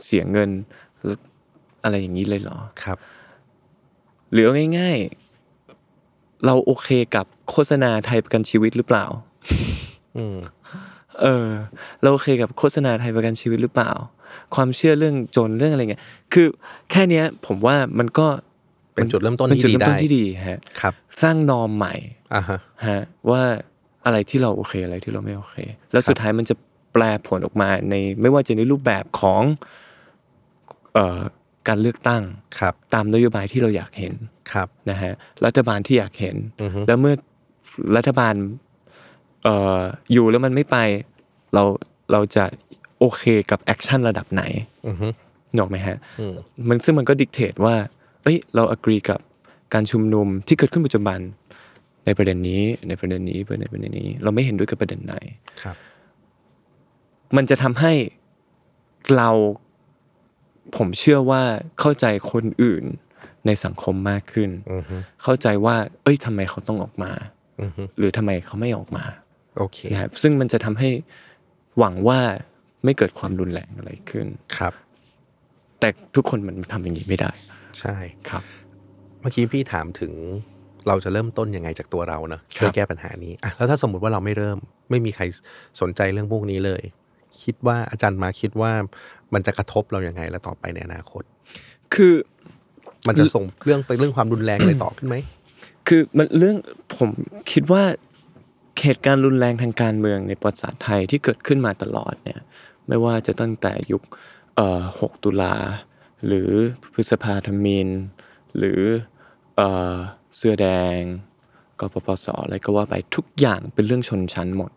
Speaker 3: เสียเงินแล้วอะไรอย่างนี้เลยเหรอ
Speaker 2: ครับ
Speaker 3: หรือเอาง่ายๆ เราโอเคกับโฆษณาไทยประกันชีวิตหรือเปล่า
Speaker 2: อืม
Speaker 3: เออเราโอเคกับโฆษณาไทยประกันชีวิตหรือเปล่า ความเชื่อเรื่องจนเรื่องอะไรเงี้ยคือแค่เนี้ยผมว่ามันก็
Speaker 2: เป็นจุดเริ่มต้น
Speaker 3: เป็น
Speaker 2: ที่
Speaker 3: จุด
Speaker 2: ดี
Speaker 3: เริ่ม
Speaker 2: ได้
Speaker 3: ต้นที่ดีฮะ
Speaker 2: ครับ
Speaker 3: สร้างนอมใหม่
Speaker 2: อ่าฮะ
Speaker 3: ฮะว่าอะไรที่เราโอเคอะไรที่เราไม่โอเค แล้วสุดท้ายมันจะแปลผลออกมาในไม่ว่าจะในรูปแบบของเอ่อการเลือกตั้ง
Speaker 2: ครับ
Speaker 3: ตามนโยบายที่เราอยากเห็น
Speaker 2: ครับ
Speaker 3: นะฮะรัฐบาลที่อยากเห็น แล้วเมื่อรัฐบาลเอ่ออยู่แล้วมันไม่ไปเราเราจะโอเคกับแอคชั่นระดับไหนนกออกไหมฮะมันซึ่งมันก็ดิกเทตว่าเอ้ยเราอกรีกับการชุมนุมที่เกิดขึ้นปัจจุบันในประเด็นนี้ในประเด็นนี้ในประเด็นนี้ เราไม่เห็นด้วยกับประเด็นไหน
Speaker 2: ครับ
Speaker 3: มันจะทำให้เราผมเชื่อว่าเข้าใจคนอื่นในสังคมมากขึ้น เข้าใจว่า เอ้ยทำไมเขาต้องออกมา หรือทำไมเขาไม่ออกมา
Speaker 2: โอเค
Speaker 3: นะครับซึ่งมันจะทำให้หวังว่าไม่เกิดความรุนแรงอะไรขึ้น
Speaker 2: ครับ
Speaker 3: แต่ทุกคนมันทำอย่างนี้ไม่ได้
Speaker 2: ใช่
Speaker 3: ครับ
Speaker 2: เมื่อกี้พี่ถามถึงเราจะเริ่มต้นยังไงจากตัวเราเนอะช่วย
Speaker 3: ครับ
Speaker 2: แก้ปัญหานี้อ่ะแล้วถ้าสมมติว่าเราไม่เริ่ม ไม่มีใครสนใจเรื่องพวกนี้เลย คิดว่าอาจารย์มาคิดว่ามันจะกระทบเรายัางไงและต่อไปในอนาคต
Speaker 3: คือ
Speaker 2: มันจะส่งเรื่องไปเรื่องความรุนแรงอะไรต่อขึ้นไหม
Speaker 3: คือมันเรื่องผมคิดว่าเหตุการณ์รุนแรงทางการเมืองในประวัติศาสตร์ไทยที่เกิดขึ้นมาตลอดเนี่ยไม่ว่าจะตั้งแต่ยุคเอ่อ6ตุลา หรือพฤษภาธมิน หรือเอ่อเสื้อแดง กปปสอะไรก็ว่าไปทุกอย่างเป็นเรื่องชนชั้นหมด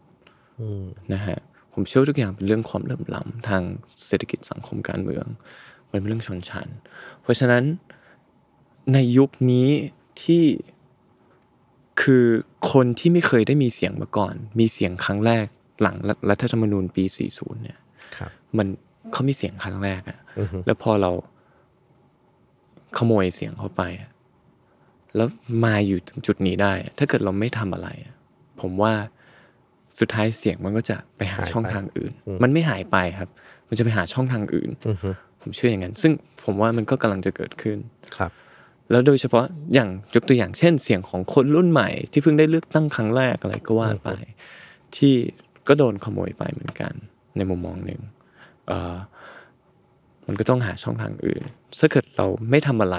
Speaker 3: นะฮะผมเชื่อว่าทุกอย่างเป็นเรื่องความเหลื่อมล้ำทางเศรษฐกิจสังคมการเมือง มันเป็นเรื่องชนชั้น เพราะฉะนั้นในยุคนี้ที่คือคนที่ไม่เคยได้มีเสียงมาก่อน มีเสียงครั้งแรกหลังรัฐรัฐธรรมนูญปี 40 เนี่ย
Speaker 2: ครับ
Speaker 3: มันเขามีเสียงครั้งแรกอะแล้วพอเราขโมยเสียงเข้าไปอะแล้วมาอยู่ถึงจุดนี้ได้อะถ้าเกิดเราไม่ทำอะไรอะผมว่าสุดท้ายเสียงมันก็จะไปหา
Speaker 2: หายไป
Speaker 3: ช่องทางอื่น มันไม่หายไปครับ มันจะไปหาช่องทางอื่นผมเชื่ออย่างนั้น ซึ่งผมว่ามันก็กำลังจะเกิดขึ้น
Speaker 2: ครับ
Speaker 3: แล้วโดยเฉพาะอย่างยกตัวอย่างเช่น เสียงของคนรุ่นใหม่ ที่เพิ่งได้เลือกตั้งครั้งแรกอะไรก็ว่าไป ที่ก็โดนขโมยไปเหมือนกัน ในมุมมองหนึ่งเอ่อมันก็ต้องหาช่องทางอื่นถ้าเกิดเราไม่ทำอะไร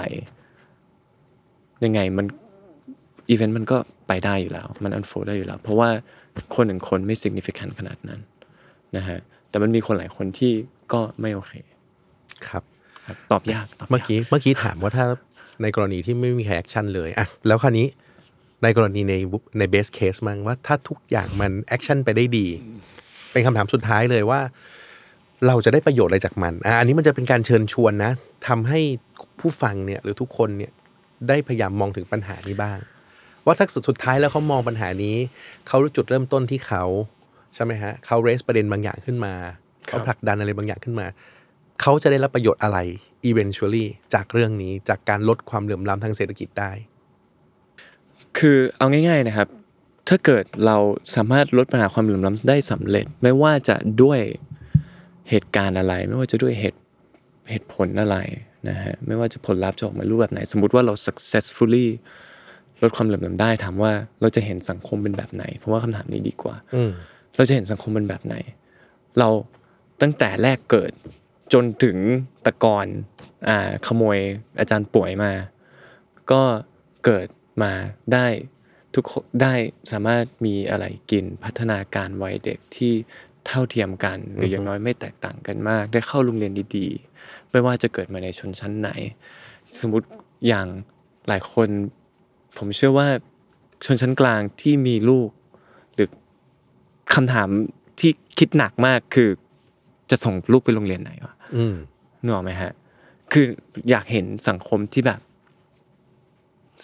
Speaker 3: ยังไงมันอีเวนต์มันก็ไปได้อยู่แล้ว มันอันโฟได้อยู่แล้ว เพราะว่าคนหนึ่งคนไม่ significant ขนาดนั้นนะฮะแต่มันมีคนหลายคนที่ก็ไม่โอเค
Speaker 2: ครับ
Speaker 3: ครับตอบยากตอบยา
Speaker 2: เมื่อกี้เมื่อกี้ถามว่าถ้าในกรณีที่ไม่มีแอคชั่นเลยอะแล้วคราวนี้ในกรณีในในเบสเคสมั้งว่าถ้าทุกอย่างมันแอคชั่นไปได้ดี เป็นคำถามสุดท้ายเลยว่า เราจะได้ประโยชน์อะไรจากมันอ่ะอันนี้มันจะเป็นการเชิญชวนนะทำให้ผู้ฟังเนี่ยหรือทุกคนเนี่ยได้พยายามมองถึงปัญหานี้บ้าง ว่าถ้าสุดท้ายแล้วเขามองปัญหานี้เขารู้จุดเริ่มต้นที่เขาใช่ไหมฮะเขาเรสประเด็นบางอย่างขึ้นมาเขาผลักดันอะไรบางอย่างขึ้นมา เขาจะได้รับประโยชน์อะไร eventually จากเรื่องนี้จากการลดความเหลื่อมล้ำทางเศรษฐกิจได้
Speaker 3: คือเอาง่ายๆนะครับ ถ้าเกิดเราสามารถลดปัญหาความเหลื่อมล้ำได้สำเร็จ ไม่ว่าจะด้วยเหตุการณ์อะไร ไม่ว่าจะด้วยเหตุเหตุผลอะไรนะฮะไม่ว่าจะผลลัพธ์จะออกมารูปแบบไหน สมมติว่าเรา successfully ลดความเหลื่อมล้ำได้ถามว่าเราจะเห็นสังคมเป็นแบบไหน เพราะว่าคำถามนี้ดีกว่า เราจะเห็นสังคมเป็นแบบไหน เราตั้งแต่แรกเกิดจนถึงตะกอนอ่าขโมยอาจารย์ป่วยมา ก็เกิดมาได้ทุกคนได้สามารถมีอะไรกินพัฒนาการวัยเด็กที่เท่าเทียมกัน หรืออย่างน้อยไม่แตกต่างกันมาก ได้เข้าโรงเรียนดีๆ ไม่ว่าจะเกิดมาในชนชั้นไหน สมมติอย่างหลายคน ผมเชื่อว่าชนชั้นกลางที่มีลูก หรือคำถามที่คิดหนักมากคือจะส่งลูกไปโรงเรียนไหนวะ
Speaker 2: อืม
Speaker 3: นึกออกไหมฮะ คืออยากเห็นสังคมที่แบบ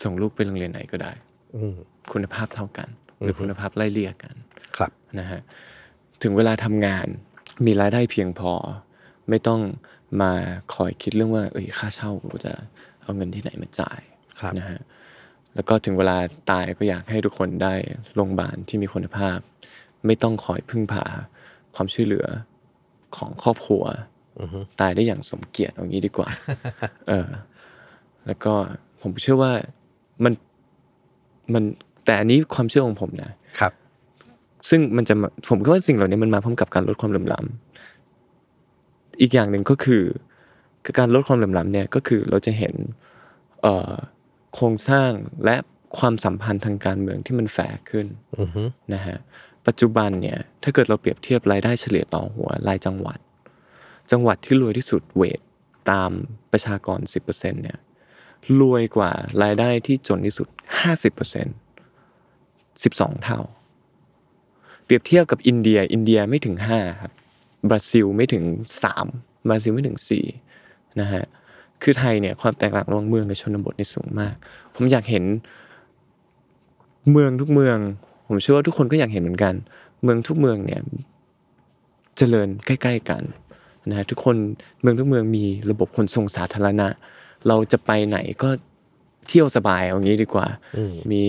Speaker 3: ส่งลูกไปโรงเรียนไหนก็ได้
Speaker 2: อืม
Speaker 3: คุณภาพเท่ากัน หรือคุณภาพไล่เลี่ยกัน
Speaker 2: ครับ
Speaker 3: นะฮะถึงเวลาทำงานมีรายได้เพียงพอ ไม่ต้องมาคอยคิดเรื่องว่าเอ้ยค่าเช่ากูจะเอาเงินที่ไหนมาจ่าย
Speaker 2: ครับ
Speaker 3: นะฮะแล้วก็ถึงเวลาตายก็อยากให้ทุกคนได้โรงพยาบาลที่มีคุณภาพ ไม่ต้องคอยพึ่งพาความช่วยเหลือของครอบครัวตายได้อย่างสมเกียรติเอางี้ ดีกว่า เออแล้วก็ผมเชื่อว่ามันมันแต่อันนี้ความเชื่อของผมนะ
Speaker 2: ครับ
Speaker 3: ซึ่งมันจะมาผมคิดว่าสิ่งเหล่านี้มันมาพร้อมกับการลดความเหลื่อมล้ำอีกอย่างหนึ่งก็คือ การลดความเหลื่อมล้ำเนี่ยก็คือเราจะเห็นเอ่อโครงสร้างและความสัมพันธ์ทางการเมืองที่มันแฝงขึ้นนะฮะปัจจุบันเนี่ยถ้าเกิดเราเปรียบเทียบรายได้เฉลี่ยต่อหัวรายจังหวัด จังหวัดที่รวยที่สุดเวทตามประชากร 10%เนี่ยรวยกว่ารายได้ที่จนที่สุด 50% 12 เท่า เปรียบเทียบกับอินเดีย อินเดียไม่ถึงห้าครับ บราซิลไม่ถึงสามบราซิลไม่ถึงสี่นะฮะ คือไทยเนี่ยความแตกต่างระหว่างเมืองกับชนบทในยสูงมาก ผมอยากเห็น เมืองทุกเมือง ผมเชื่อว่าทุกคนก็อยากเห็นเหมือนกัน เมืองทุกเมืองเนี่ย เจริญใกล้ ๆ กันนะฮะทุกคนเมืองทุกเมืองมีระบบขนส่งสาธารณะ เราจะไปไหนก็เที่ยวสบายเอางี้ดีกว่า มี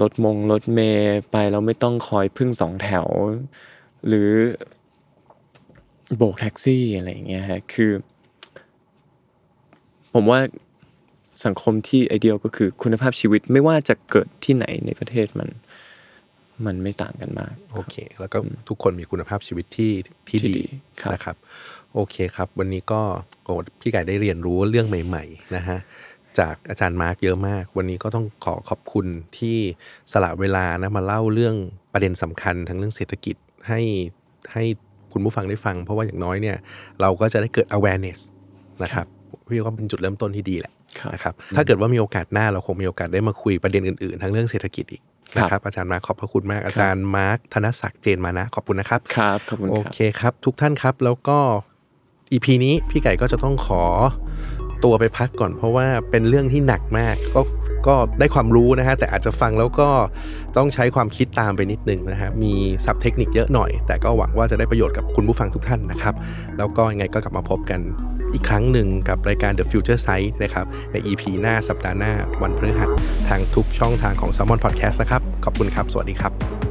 Speaker 3: รถมงรถเมย์ไปเราไม่ต้องคอยพึ่งสองแถว หรือโบกแท็กซี่อะไรอย่างเงี้ยฮะคือ ผมว่าสังคมที่ไอเดียลก็คือคุณภาพชีวิตไม่ว่าจะเกิดที่ไหนในประเทศมัน มันไม่ต่างกันมาก
Speaker 2: โอเค แล้วก็ทุกคนมีคุณภาพชีวิตที่ที่
Speaker 3: ที่ดี
Speaker 2: ดี
Speaker 3: ครับ
Speaker 2: นะครับ โอเคครับ วันนี้ก็โอ้พี่ไก่ได้เรียนรู้เรื่องใหม่ ๆ นะฮะ จากอาจารย์มาร์กเยอะมาก วันนี้ก็ต้องขอขอบคุณที่สละเวลานะมาเล่าเรื่องประเด็นสำคัญทั้งเรื่องเศรษฐกิจให้ให้คุณผู้ฟังได้ฟัง เพราะว่าอย่างน้อยเนี่ย เราก็จะได้เกิด awareness นะครับพี่ว่าเป็นจุดเริ่มต้นที่ดีแหละ
Speaker 3: ครับ
Speaker 2: นะครับถ้าเกิดว่ามีโอกาสหน้าเราคงมีโอกาสได้มาคุยประเด็นอื่นๆ ทั้งเรื่องเศรษฐกิจอีก
Speaker 3: ครับ
Speaker 2: นะครับอาจารย์มาร์คขอบพระคุณมากอาจารย์มาร์คธนศักดิ์เจนมานะขอบคุณนะครับ
Speaker 3: ครับขอบคุณ
Speaker 2: โอ
Speaker 3: ครับ
Speaker 2: เคครับ ทุกท่านครับแล้วก็ EP นี้พี่ไก่ก็จะต้องขอตัวไปพักก่อน เพราะว่าเป็นเรื่องที่หนักมาก ก็ก็ได้ความรู้นะฮะแต่อาจจะฟังแล้วก็ต้องใช้ความคิดตามไปนิดนึงนะฮะมีศัพท์เทคนิคเยอะหน่อย แต่ก็หวังว่าจะได้ประโยชน์กับคุณผู้ฟังทุกท่านนะครับ แล้วก็ยังไงก็กลับมาพบกันอีกครั้งหนึ่งกับรายการ The Future Site นะครับใน EP หน้าสัปดาห์หน้าวันพฤหัสทางทุกช่องทางของ s ซ l m o n Podcast นะครับขอบคุณครับ สวัสดีครับ